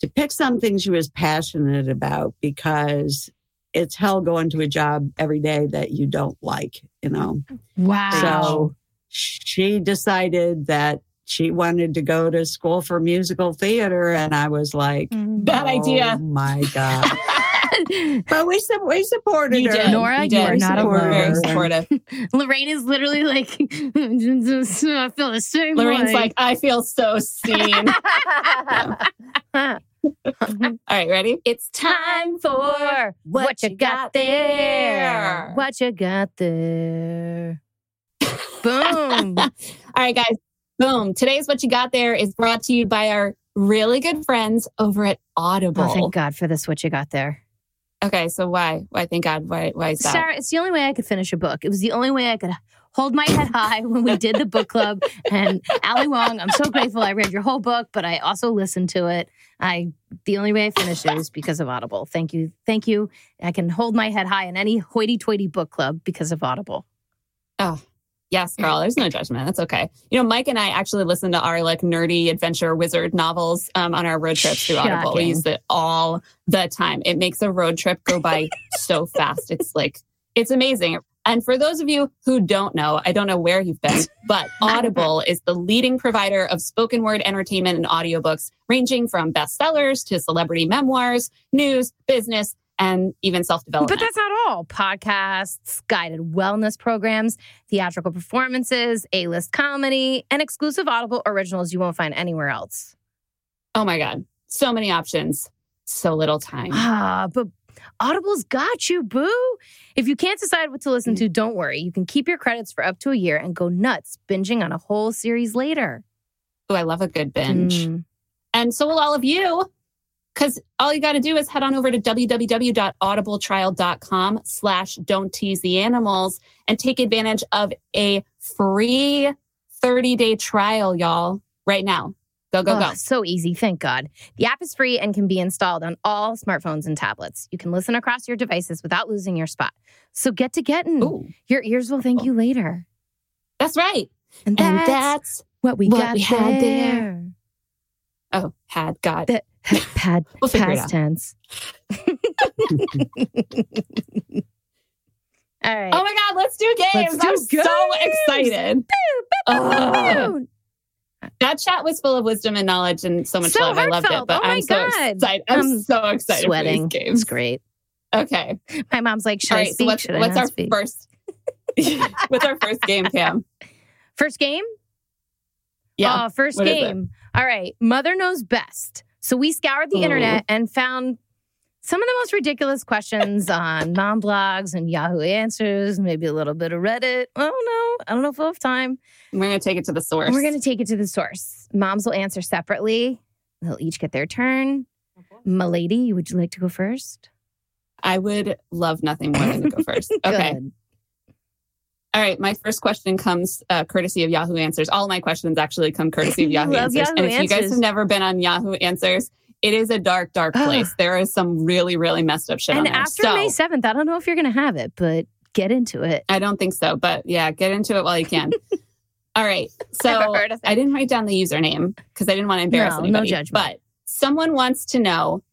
to pick something she was passionate about because it's hell going to a job every day that you don't like you know Wow. so she decided that she wanted to go to school for musical theater and i was like Mm. Bad Oh idea. my God. (laughs) but we, su- we supported You her. did. Nora, you, you are did. not We're alone. Very (laughs) supportive. Lorraine is literally like, (laughs) I feel the same Lorraine's way. like, I feel so (laughs) seen. All right, ready? It's time for what, you got, there. What you got there. Boom. All right, guys. Boom. Today's What You Got There is brought to you by our really good friends over at Audible. Oh, thank God for this. What you got there, Okay, so why? Why? Thank God. Why? Why is that? Sarah? It's the only way I could finish a book. It was the only way I could hold my head high when we did the book club. And Ali Wong, I'm so grateful. I read your whole book, but I also listened to it. I the only way I finished it is because of Audible. Thank you, thank you. I can hold my head high in any hoity-toity book club because of Audible. Yes, girl. There's no judgment. That's okay. You know, Mike and I actually listen to our like nerdy adventure wizard novels um, on our road trips through Audible. We Shocking. use it all the time. It makes a road trip go by so fast. It's like it's amazing. And for those of you who don't know, I don't know where you've been, (laughs) but Audible is the leading provider of spoken word entertainment and audiobooks, ranging from bestsellers to celebrity memoirs, news, business, and even self But development. that's not all. Podcasts, guided wellness programs, theatrical performances, A-list comedy, and exclusive Audible originals you won't find anywhere else. oh my God. So many options, so little time. Ah, but Audible's got you, boo. If you can't decide what to Mm. listen to, don't worry. You can keep your credits for up to a year and go nuts binging on a whole series later. Oh, I love a good binge. Mm. And so will all of you. Because all you got to do is head on over to www.audibletrial.com slash don't tease the animals and take advantage of a free 30-day trial, y'all, right now. Go, go, Oh, go. So easy, thank God. The app is free and can be installed on all smartphones and tablets. You can listen across your devices without losing your spot. So get to getting. Ooh, Your ears will thank you later. that's right. And And that's, that's what we what got we had there. oh, had got That (laughs) pad, We'll figure it out. (laughs) past tense. (laughs) All right. (laughs) Oh my god, let's do games. Let's do I'm so games. excited. Ugh. that chat was full of wisdom and knowledge and so much So love. I loved it. heartfelt. But Oh my I'm so God. excited. I'm, I'm so excited Sweating. for these games. It's great. Okay. My mom's like, should All I right. speak? so what's, should I what's not our speak? (laughs) first? (laughs) what's our first game, Cam? First game? Yeah. Oh, first What is it? game. All right. Mother knows best. So we scoured the Ooh. internet and found some of the most (laughs) ridiculous questions on mom blogs and Yahoo Answers, maybe a little bit of Reddit. I don't know. I don't know if we'll have time. We're gonna take it to the source. We're going to take it to the source. Moms will answer separately. They'll each get their turn. Milady, would you like to go first? I would love nothing more than to go (laughs) first. Okay. Good. All right. My first question comes uh, courtesy of Yahoo Answers. All my questions actually come courtesy of (laughs) You Yahoo love Answers. Yahoo and if you guys Answers. have never been on Yahoo Answers, it is a dark, dark place. there is some really, really messed up shit on And there. after so, May 7th, I don't know if you're going to have it, but get into it. I don't think so, but yeah, get into it while you can. All right. Never So heard of it. I didn't write down the username because I didn't want to embarrass No, no anybody. judgment. But someone wants to know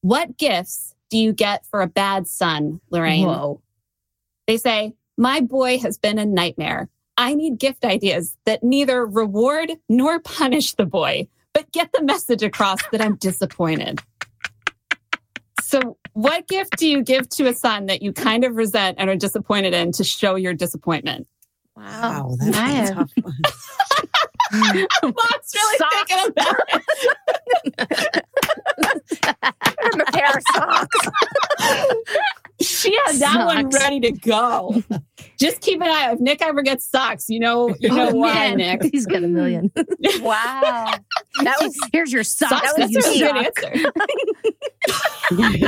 what gifts do you get for a bad son, Lorraine? Whoa. They say, My boy has been a nightmare. I need gift ideas that neither reward nor punish the boy, but get the message across that I'm disappointed. So, what gift do you give to a son that you kind of resent and are disappointed in to show your disappointment? Wow, that's I a have- tough one. Mom's really Socks. thinking about it. and (laughs) a pair of socks. She has that one Socks. ready to (laughs) go. Just keep an eye. If Nick ever gets socks, you know, you know (laughs) Oh, why, man. Nick. He's got a million. Wow. That (laughs) was, Here's your socks. Socks. that That's you a really suck. good answer. (laughs)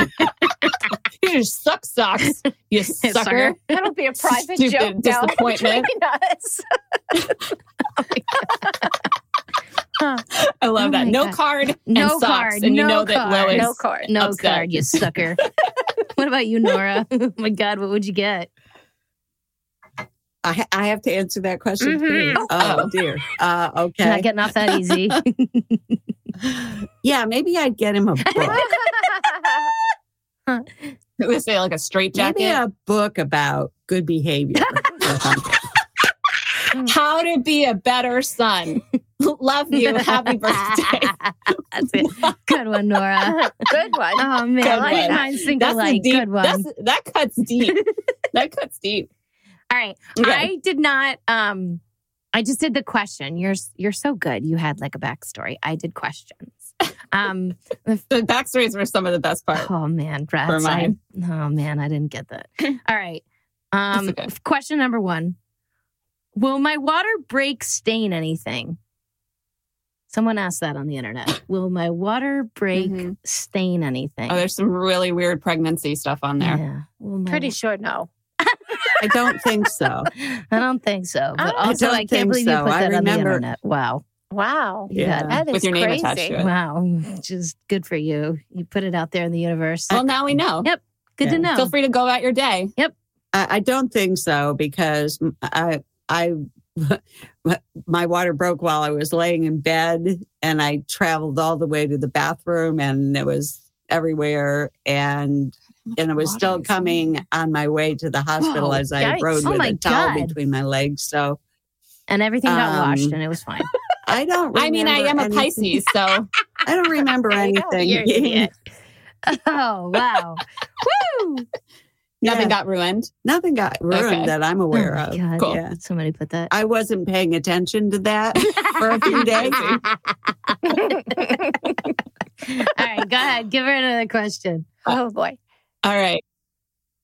You just suck socks, you sucker. (laughs) sucker. That'll be a private Stupid joke now disappointment. between (laughs) us. I love Oh that. my No God. card No and socks. card, and you no know that card. Will is No card. No upset. card, (laughs) you sucker. what about you, Nora? (laughs) oh my God, what would you get? (laughs) I, I have to answer that question. Mhm. too. Oh, Oh. dear. Uh, okay. Not getting off (laughs) that easy. (sighs) yeah, maybe I'd (laughs) get him a book. It would say like a straight maybe jacket. a book about (laughs) good behavior. or something. um, How to be a better (laughs) son. love you. Happy birthday. That's it. Good one, Nora. Good one. Oh man, I one. like mine single That's a light. deep. Good one. That's, that cuts (laughs) deep. that cuts deep. All right. Okay. I did not um I just did the question. You're you're so good. You had like a backstory. I did questions. Um the backstories were some of the best part. oh man, Brad. For mine. oh man, I didn't get that. All right. Um okay. Oh, question number 1. Will my water break stain anything? Someone asked that on the internet. Will my water break Mhm. stain anything? Oh, there's some really weird pregnancy stuff on there. Yeah. Will my- Pretty sure no. I don't think so. (laughs) I don't think so. But I also, don't I, can't think believe you so. put I that on the remember- internet. Wow. Wow. Yeah. That is With your name crazy. attached to it. Wow. Just good for you. You put it out there in the universe. Well, now we know. Yep. Good to Yeah. know. Oh, Feel free to go about your day. I, I don't think so because I I (laughs) my water broke while I was laying in bed and I traveled all the way to the bathroom and it was everywhere and and it was still coming on my way to the hospital Whoa, as I yikes. rode Oh with my a towel God. between my legs. So and everything got Um, washed and it was fine. (laughs) I don't. Remember I mean, I am a anything- Pisces, (laughs) so I don't remember anything. (laughs) you're an idiot. oh, wow. Woo. nothing Yeah. got ruined. Nothing got ruined Okay. that I'm aware Oh, of. God. Cool. Yeah. Somebody put that. I wasn't paying attention to that for a few (laughs) days. All right, go ahead. Give her another question. Oh boy. All right.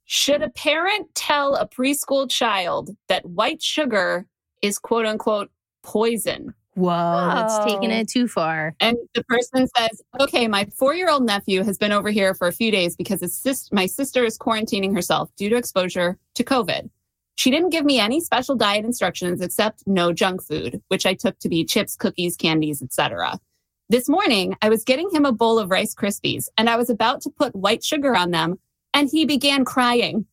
Should a parent tell a preschool child that white sugar is quote unquote poison? Whoa, that's taking Oh. it too far. And the person says, okay, my four year old nephew has been over here for a few days because his sis- my sister is quarantining herself due to exposure to COVID. She didn't give me any special diet instructions except no junk food, which I took to be chips, cookies, candies, etc. This morning, I was getting him a bowl of Rice Krispies and I was about to put white sugar on them and he began crying.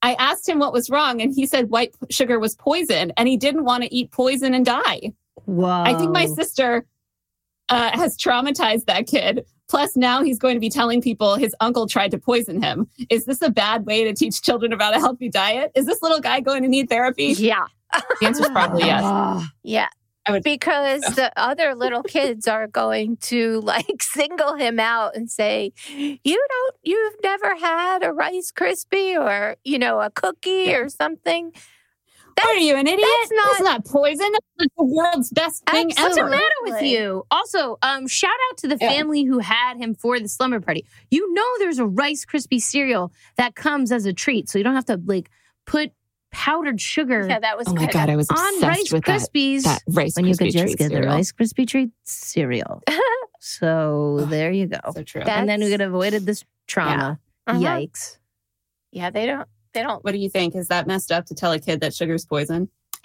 I asked him what was wrong and he said white p- sugar was poison and he didn't want to eat poison and die. Whoa. I think my sister uh, has traumatized that kid. Plus, now he's going to be telling people his uncle tried to poison him. Is this a bad way to teach children about a healthy diet? Is this little guy going to need therapy? Yeah. The answer's probably yes. Oh, Yeah. I would- because the other little kids are going to like (laughs) single him out and say, You don't, you've never had a Rice Krispie or, you know, a cookie or something. (laughs) Are you an idiot? that's not- That's not poison. That's the world's best thing Absolutely. ever. matter with you. Also, um, shout out to the Yeah. family who had him for the slumber party. You know, there's a Rice Krispie cereal that comes as a treat, so you don't have to like put powdered sugar Yeah, that was Oh my good. God, I was on obsessed Rice with that, Krispies. that Rice when you could Krispie just treat get the cereal. Rice Krispie treat (laughs) cereal. so there you go. So true. That- and then we could have avoided this trauma. Uh-huh. Yikes. Yeah, they don't, they don't. what do you think? Is that messed up to tell a kid that sugar's poison? (laughs)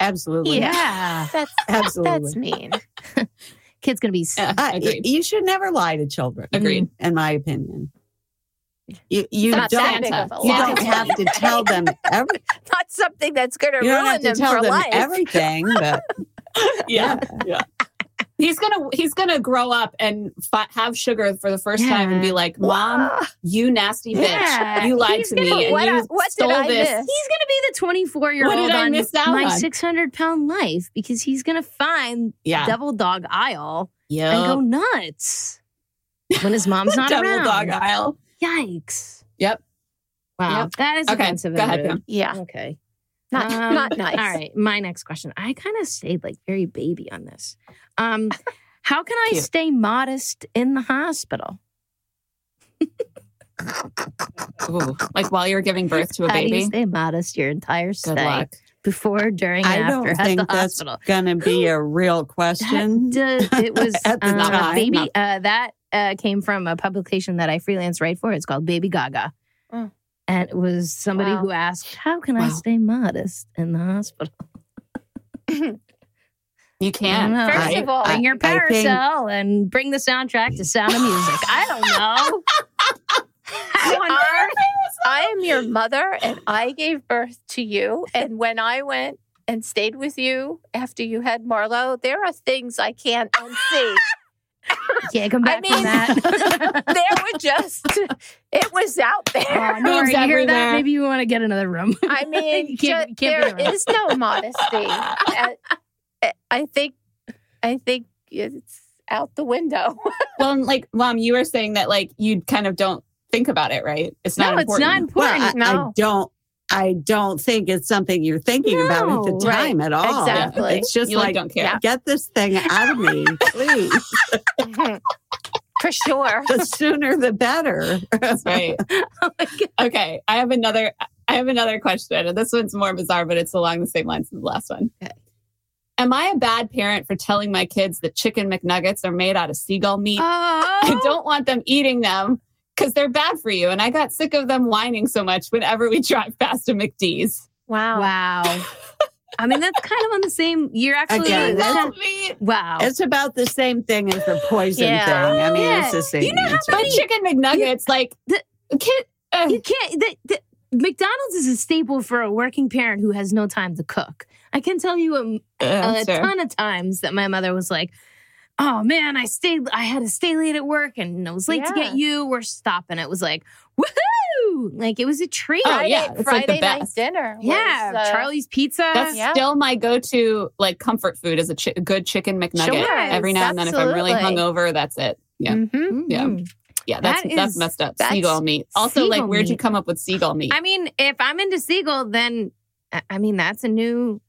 (laughs) Absolutely. Yeah. That's, that's Absolutely. mean. (laughs) Kid's going to be Yeah, Uh, agreed. you should never lie to children. Agreed. In my opinion. You, you Not don't, that big Santa. of a you Yeah. lie. don't have to tell them (laughs) every, Not something that's going to you don't ruin have to them tell for them life. everything, (laughs) but yeah, yeah. He's gonna he's gonna grow up and fi- have sugar for the first time and be like, "Mom, Wow. you nasty (laughs) bitch, Yeah. you lied He's to gonna- me and what, you I- what did stole I this." miss? He's going to be the 24 year What old did I on miss out my on? 600 pound life because he's going to find Yeah, Devil Dog Isle and yeah. go nuts when (laughs) his mom's not Double around. dog aisle. Yikes. Yep. Wow. Yep. That is Okay, offensive. go and ahead. rude. Pam. Yeah, Okay. not, Um, not nice. All right, my next question. I kind of stayed like very baby on this. (laughs) Um, how can I Cute. stay modest in the hospital? Ooh, like while you're giving birth to a How do you baby. stay modest your entire Good stay luck. before, during, and I after don't at the think that's hospital? going to be a real question. D- it was At the um, time. baby uh, that uh, came from a publication that I freelance write for. It's called Baby Gaga, Mm. and it was somebody Wow. who asked, "How can Wow. I stay modest in the hospital?" You can. I don't know. First right? of all, Bring your I think- parasol and bring the soundtrack to Sound of Music. I don't know. I (laughs) wonder. I am your mother and I gave birth to you. And when I went and stayed with you after you had Marlo, there are things I can't unsee. Can't come I back mean- from that. (laughs) there were just, (laughs) it was out Oh, Nora, there. Moves you hear that? everywhere. Maybe you want to get another room. I mean, You can't- ju- you can't be there wrong. is no modesty. (laughs) Uh, uh, I think, I think it's out the window. well, and, like mom, you were saying that like you kind of don't think about it, right? It's not no, it's important. not important. Well, I, I No. don't. I don't think it's something you're thinking about at No, the right. time at all. Exactly. It's just You like, like, don't care. yeah. get this thing out (laughs) of me, please. (laughs) Mm-hmm. Mhm. For (laughs) sure. the sooner the better. That's (laughs) right. oh okay, I have another. I have another question, and this one's more bizarre, but it's along the same lines as the last one. Am I a bad parent for telling my kids that chicken McNuggets are made out of seagull meat? I Oh, don't want them eating them because they're bad for you. And I got sick of them whining so much whenever we (laughs) drive past a McDee's. Wow. (laughs) wow. I mean, that's kind of on the same. You're actually. Again, that's- that's- Meat. wow. It's about the same thing as the poison Yeah. thing. I mean, Yeah. it's the same. You know how answer. But chicken McNuggets, like, The- kid, uh, you can't. The, the, McDonald's is a staple for a working parent who has no time to cook. I can tell you a, uh, a sure. ton of times that my mother was like, "Oh man, I stayed. I had to stay late at work, and I was late to Yeah. get you. We're stopping." It was like, "Woohoo!" Like it was a treat. Oh, Friday, yeah, it's like the Friday night best. dinner. was, yeah, uh, Charlie's Pizza. That's Yeah. still my go-to like comfort food is a, chi- a good chicken McNugget Sure, every now and then. If I'm really absolutely. hungover, that's it. Yeah, mhm. yeah. Mhm. yeah, that's That that's is- messed up. that's seagull meat. Also, like, seagull where'd you meat. come up with seagull meat? I mean, if I'm into Siegel, then I- I mean that's a new,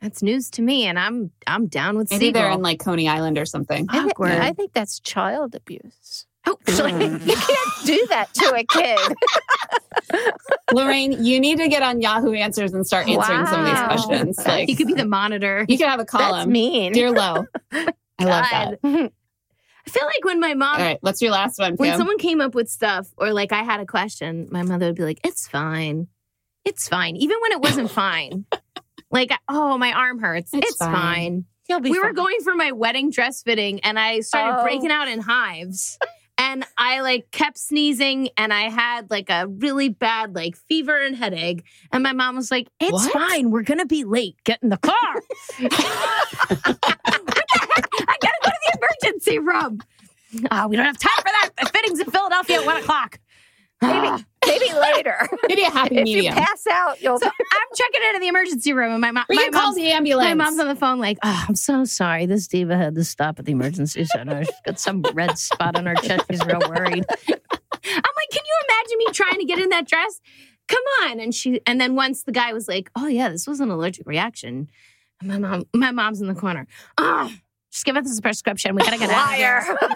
that's news to me, and I'm I'm down with Maybe they're Siegel. in like Coney Island or something. I, thi- Awkward. I think that's child abuse. (laughs) oh, you can't do that to a (laughs) kid. Lorraine, you need to get on Yahoo Answers and start answering some of these Wow. questions. That's- Like, uh, you could be the monitor. you could have a That's column. mean. um, Dear (laughs) Low. I love that. God. (laughs) I feel like when my mom All right, what's your last one, When Pam? someone came up with stuff or like I had a question, my mother would be like, it's fine. It's fine. Even when it wasn't (laughs) fine. Like, oh, my arm hurts. It's, It's fine. fine. You'll be We were fine. going for my wedding dress fitting and I started Oh. breaking out in hives. And I like kept sneezing and I had like a really bad like fever and headache. And my mom was like, It's What? fine. We're gonna be late. Get in the (laughs) car. what the heck? I gotta go to the emergency room. Ah, we don't have time for that. The fitting's in Philadelphia at one o'clock. Ah. Maybe (laughs) later. Maybe a happy if you medium. pass out, you'll. so I'm checking into the emergency room and my mom we my can call mom's the ambulance. my mom's on the phone, like, oh, I'm so sorry. This diva had to stop at the emergency center. She's got some red spot on her chest. She's real worried. (laughs) I'm like, can you imagine me trying to get in that dress? Come on. And she and then once the guy was like, Oh yeah, this was an allergic reaction. And my mom, my mom's in the corner. Oh, just give us this prescription. We gotta get out of here. (laughs) Liar.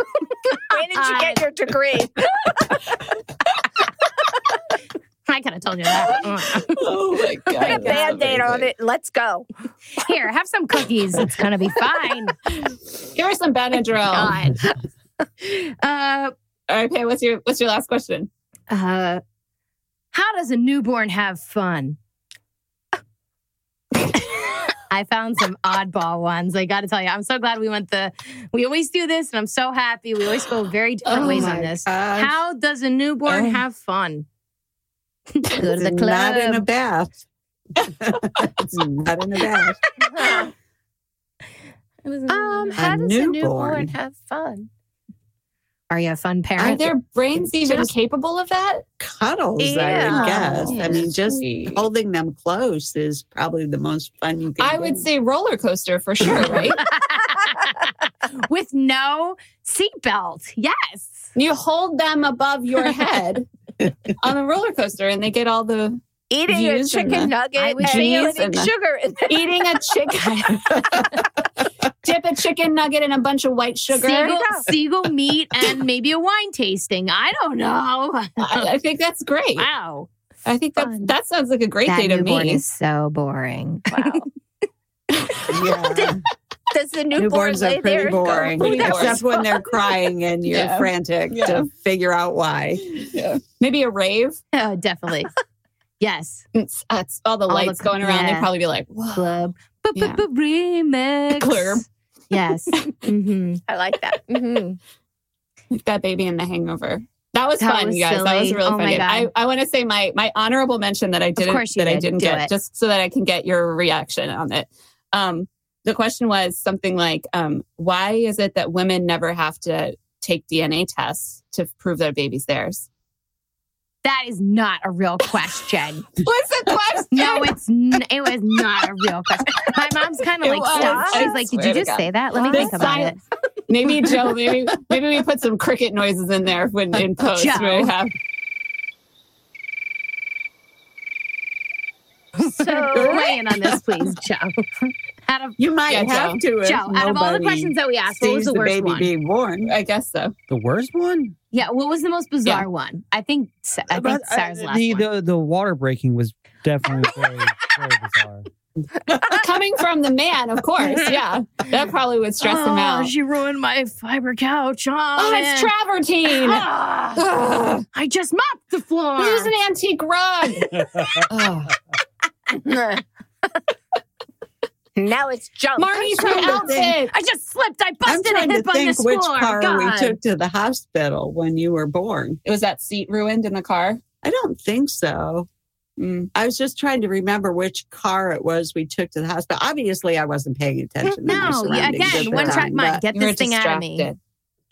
When did you get (laughs) your degree? I could have told you that. oh my god. Put a that's band aid on amazing. it. Let's go. Here, have some cookies. It's gonna be fine. Give her (laughs) some Benadryl. God. (laughs) Uh All right, Pam, what's your what's your last question? uh, how does a newborn have fun? I found some oddball ones. I got to tell you, I'm so glad we went the. We always do this, and I'm so happy. We always go very different Oh ways my on this. gosh. How does a newborn Oh. have fun? go to the It's club. Not in a bath. (laughs) it's not in a bath. Um, how A does a newborn. newborn have fun? Are you a fun Are parent? their brains even Just- capable of that? Oh, Cuddles, Yeah. I would guess. I mean, just Sweet. holding them close is probably the most fun you can. I do. would (laughs) say roller coaster for sure, right? With no seatbelt. Yes. you hold them above your head on a roller coaster and they get all the Eating a Views and chicken the- nugget I and would say it's putting in the- sugar (laughs) in there. eating a chicken. (laughs) Dip a chicken nugget in a bunch of white sugar. Seagull, Yeah. seagull (laughs) meat and maybe a wine tasting. I don't know. I, I think that's great. Wow. I think that Fun. that sounds like a great day to me. so boring. (laughs) Wow. Yeah. Does the newborn Newborns lay there are pretty and go, boring, "Ooh, that was except when they're crying and you're Yeah. frantic Yeah. to figure out why. Maybe a rave. Oh, definitely. (laughs) Yes. It's, uh, it's all the the lights cl- going around. They'd yeah. probably be like, "Whoa." Club. Yeah. Remix. Club. (laughs) Yes. hmm I like that. (laughs) Mhm. like that baby in the hangover. That was That fun, was you guys. That was silly. really Oh fun. my And I, God. I want to say my my honorable mention that I didn't course you that I did. didn't Do get it. just so that I can get your reaction on it. Um, the question was something like, um, why is it that women never have to take DNA tests to prove their baby's (laughs) theirs? That is not a real question. What's the question? No, it's n- it was not a real question. My mom's kind of It like was. stopped. I She's like, "Did swear you to just God. say that? Let me This think about it." (laughs) silence- maybe Joe, maybe maybe we put some cricket noises in there when (laughs) in post. Joe. where we have- So Weigh in on this, please, (laughs) Joe. Out of You might Yeah, have to. if Joe, out of all the nobody questions that we asked, what was sees the the worst baby one? being born. I guess so. The worst one? Yeah, what was the most bizarre one? I think Sa- I think But, uh, Sarah's last the, one. (laughs) the the water breaking was definitely very, very bizarre. Coming from the man, of course. Yeah. That probably would stress Oh, him out. She ruined my fiber couch. Oh, Oh, it's travertine. (laughs) Ah, Ugh, I just mopped the floor. Use (laughs) an antique rug. Ugh. now it's junk. Marnie's trying new to outfit. I just slipped. I I'm busted trying a to hip on think this which floor. car we God. took to the hospital when you were born. It was that seat ruined in the car. I don't think so. Mm. I was just trying to remember which car it was we took to the hospital. Obviously, I wasn't paying attention. to my no, yeah, surroundings at again, the one track time, mind. but- Get You were this thing out of me. distracted.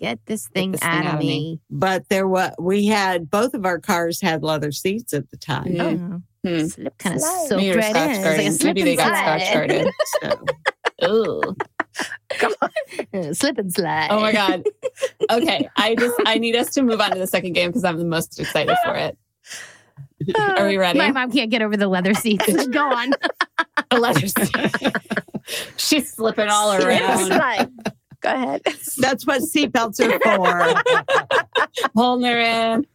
Get this thing, this thing out, of me. But there was we had both of our cars had leather seats at the time. Mm. Hmm. Oh, Slip kind of Slide. soaked Maybe right you in. were It's scotch like a guarding. slip Maybe they and got slide. scotch guarded. (laughs) So Ooh. Uh, (laughs) slip and slide. Oh my god. Okay, I just I need us to move on to the second game because I'm the most excited for it. Are we ready? (laughs) My mom can't get over the leather seats. Go on. The letters. (laughs) She's slipping all (laughs) Yes, around, right. Go ahead. that's what seatbelts are (laughs) for. holding her in.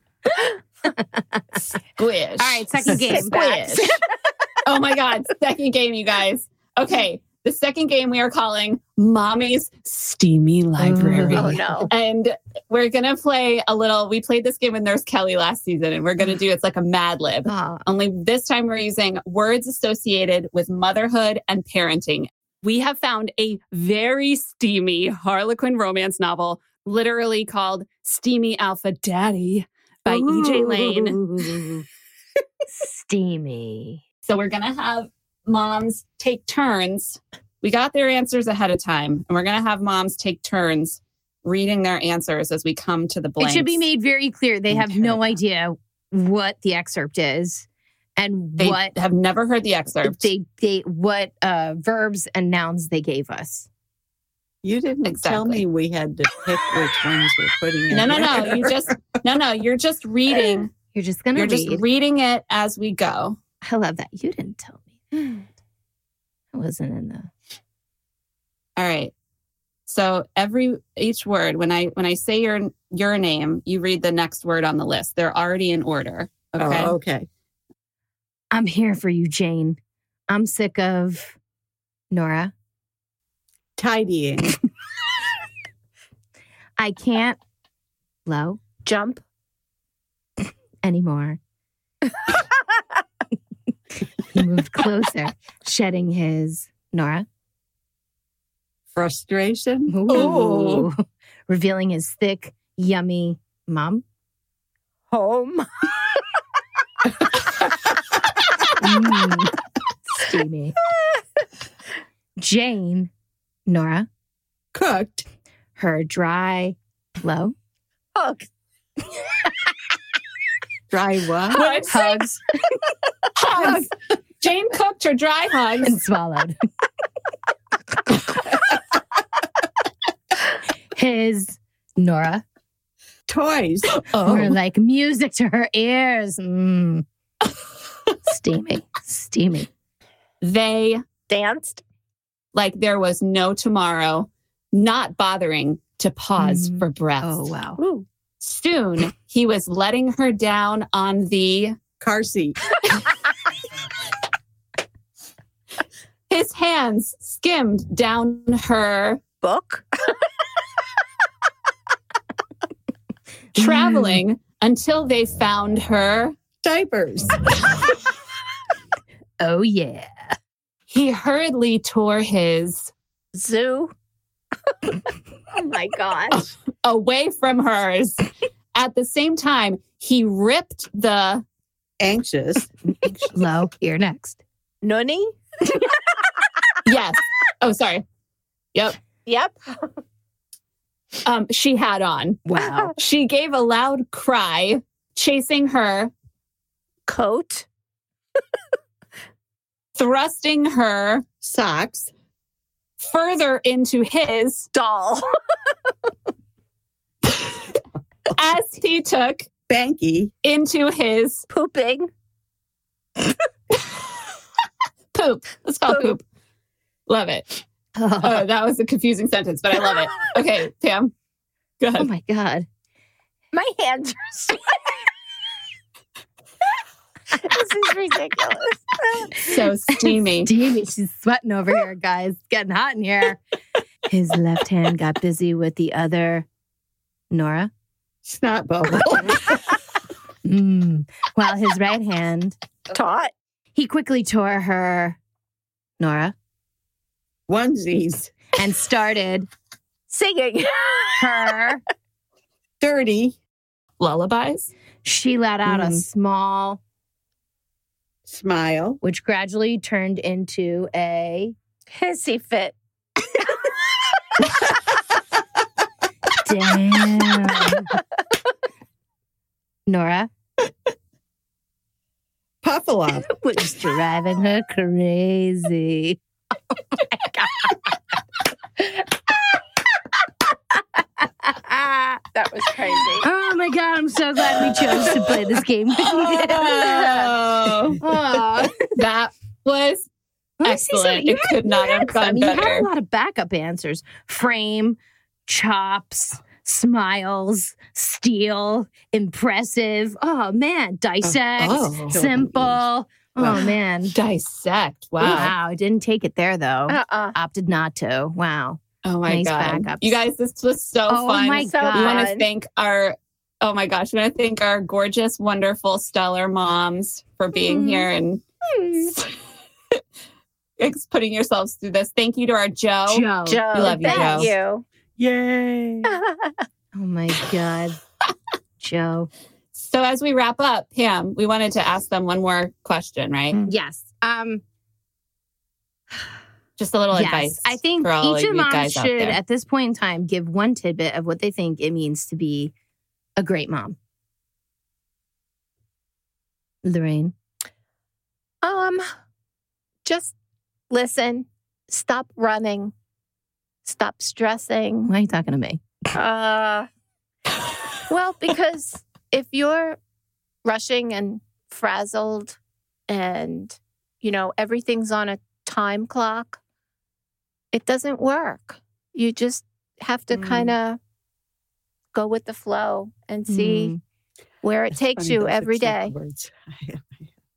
Squish. All right, second game. Squish. (laughs) oh my god, second game, you guys. Okay, the second game we are calling "Mommy's Steamy Library." Oh no. (laughs) and we're gonna play a little. We played this game with Nurse Kelly last season, and we're (sighs) gonna do it's like a Mad Lib. Ah, Only this time we're using words associated with motherhood and parenting. We have found a very steamy Harlequin romance novel, literally called Steamy Alpha Daddy by E.J. Lane. Lane. Steamy. So we're going to have moms take turns. We got their answers ahead of time, and we're going to have moms take turns reading their answers as we come to the blanks. It should be made very clear they have no Imperative. idea what the excerpt is and They what have never heard the excerpt. they they what uh, verbs and nouns they gave us. You didn't tell Exactly. me we had to pick which ones we're putting in. no, no, no. there. You just no, no. You're just reading. You're just (laughs) gonna You're read. just reading it as we go. I love that you didn't tell me. Mm. I wasn't in the. All right. So every each word when I when I say your your name, you read the next word on the list. They're already in order. Okay. (laughs) Oh, okay. I'm here for you, Jane. I'm sick of Nora. Tidying. I can't low Jump. (laughs) anymore. he moved closer, shedding his Nora. Frustration. Ooh. (laughs) Revealing his thick, yummy (laughs) mom. Home. Mm. Steamy. Jane, Nora, Cooked. her dry blow. Hook. Dry (laughs) what? What? Hugs (laughs) Hugs. Jane cooked her dry hugs. and (laughs) swallowed. His Nora Toys. were like music to her ears. Mm. Steamy, steamy. They Danced. like there was no tomorrow, not bothering to pause Mm. for breath. Oh, wow. Ooh. Soon he was letting her down on the Car seat. his hands skimmed down her Book. traveling until they found her. Diapers. Oh, yeah. He hurriedly tore his Zoo. (laughs) oh my gosh. away from hers. At the same time, he ripped the Anxious. Low, you're next. Nunny. yes. Oh, sorry. Yep. Um, she had on. Wow. She gave a loud cry, chasing her, Coat. thrusting her Socks. further into his Doll. (laughs) as he took Banky. into his Pooping. poop. Let's call it poop. Love it. Oh, that was a confusing sentence, but I love (laughs) it. Okay, Pam. Go oh, ahead. my God. My (laughs) hands are sweating. this is ridiculous. So (laughs) steamy. Steamy. She's sweating over here, guys. It's Getting hot in here. (laughs) His left hand got busy with the other. Nora? Snot bubble. Mm. While his right hand, Taught. he quickly tore her. Nora? Onesies. And started (laughs) Singing. her. Dirty. Lullabies. She let out a Mm. small, Smile. which gradually turned into a Hissy fit. (laughs) damn. Nora? Puffle up. was driving her crazy. That was crazy. Oh my god, I'm so glad we chose to play this game. (laughs) Oh, Oh, (laughs) that was excellent. You It could not had have some. gone You had better. a lot of backup answers. Frame, chops, smiles, steal, impressive. Oh man, dissect, Oh. simple. Oh Wow. man. Dissect. Wow. Wow, I didn't take it there though. Uh-uh. Opted not to. Wow. Oh my Nice god. backups. You guys, this was so Oh, fun. my So god. we want to fun. thank our oh my gosh, we want to thank our gorgeous, wonderful, stellar moms for being Mm. here and (laughs) ex- putting yourselves through this. Thank you to our Joe. Joe. Joe, We love you, thank you. Yay. Oh my God. (laughs) Joe. So as we wrap up, Pam, we wanted to ask them one more question, right? Mm. Yes. Um, Just a little yes. advice. I think for all each of of you mom guys out should, there. at this point in time, give one tidbit of what they think it means to be a great mom. Lorraine. Um, just listen. Stop running. Stop stressing. Why are you talking to me? Uh, well, because if you're rushing and frazzled, and you know everything's on a time clock, it doesn't work. You just have to Mm. kind of go with the flow and see where it takes Mm. Funny you those every exact day. words.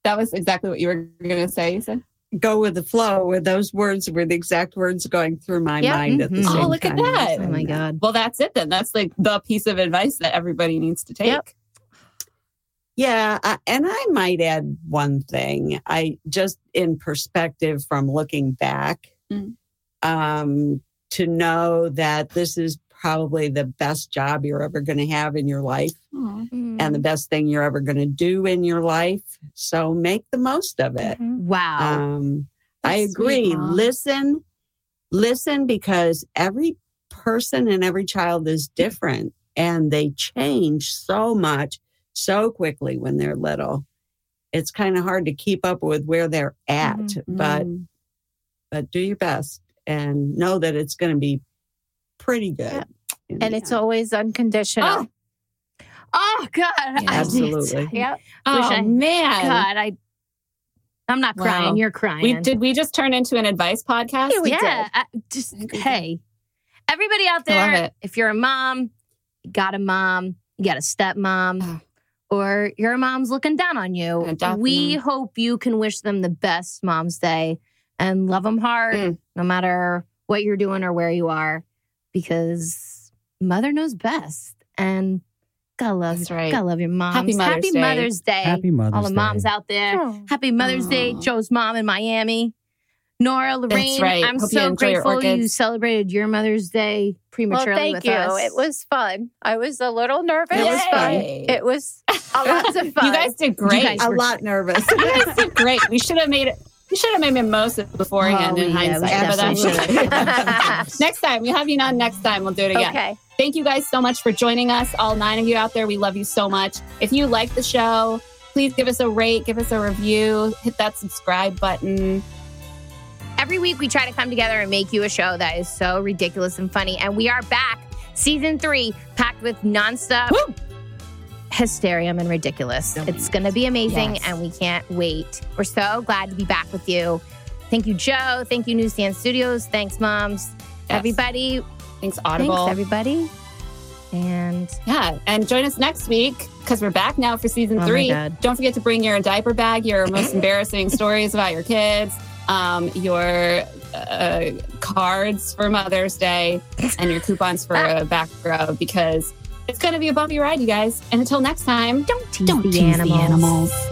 that was exactly what you were going to say. You said, Go with the flow. With those words were the exact words going through my Yeah. mind at the Mhm. same Oh, look at time you were that. Mm. Oh saying my that. God. well, that's it then. That's like the piece of advice that everybody needs to take. Yep. Yeah, I, and I might add one thing. I just in perspective from looking back Mm. um, to know that this is probably the best job you're ever going to have in your life Mm. and the best thing you're ever going to do in your life. So make the most of it. Oh. Wow. Um, I That's sweet, agree. Mom. Listen, listen, because every person and every child is different and they change so much so quickly when they're little. It's kind of hard to keep up with where they're at, but Mm. but do your best and know that it's going to be pretty good. Yeah. in And the it's (laughs) end. always unconditional. oh, God. I- Absolutely. Yep. oh I- man. God, I, I'm not Wow. crying. You're crying. We did we just turn into an advice podcast? Yeah, we yeah, I, Uh, just think we did. hey, everybody out I love there, it. if you're a mom, you got a mom, you got a stepmom, Ugh. Oh. or your mom's looking down on you, Adopt a we mom. hope you can wish them the best Mom's Day and love them hard, Mm. no matter what you're doing or where you are, because mother knows best, and gotta love, That's right. gotta love your mom. Happy Mother's Day. Day, Happy Mother's all the moms Day. out there. Happy Mother's Day, Aw. Joe's mom in Miami. Nora, Lorraine, right. I'm Hope you so enjoy your grateful you orchids. celebrated your Mother's Day Well, prematurely thank with you. us. It was fun. I was a little nervous. It was but fun. Yay. It was (laughs) a lot of fun. You guys did great. guys a were- lot nervous. You guys did great. We should have made it. We should have made mimosas beforehand Oh, in yeah, we hindsight. But that's (laughs) definitely (laughs) next time we'll have you on. Next time we'll do it again. Okay. Thank you guys so much for joining us, all nine of you out there. We love you so much. If you like the show, please give us a rate, give us a review, hit that subscribe button. Every week we try to come together and make you a show that is so ridiculous and funny. And we are back, season three, packed with nonstop Woo! hysterium and ridiculous. Yum. It's going to be amazing, Yes. and we can't wait. We're so glad to be back with you. Thank you, Joe. Thank you, Newsstand Studios. Thanks, moms. Yes. Everybody. Thanks, Audible. Thanks, everybody. And Yeah. And join us next week because we're back now for season Oh my three. God. Don't forget to bring your diaper bag, your (laughs) most embarrassing stories about your kids, um, your uh, cards for Mother's Day, and your coupons (laughs) for Ah. a back rub because it's going to be a bumpy ride, you guys. And until next time, don't tease, don't tease the animals.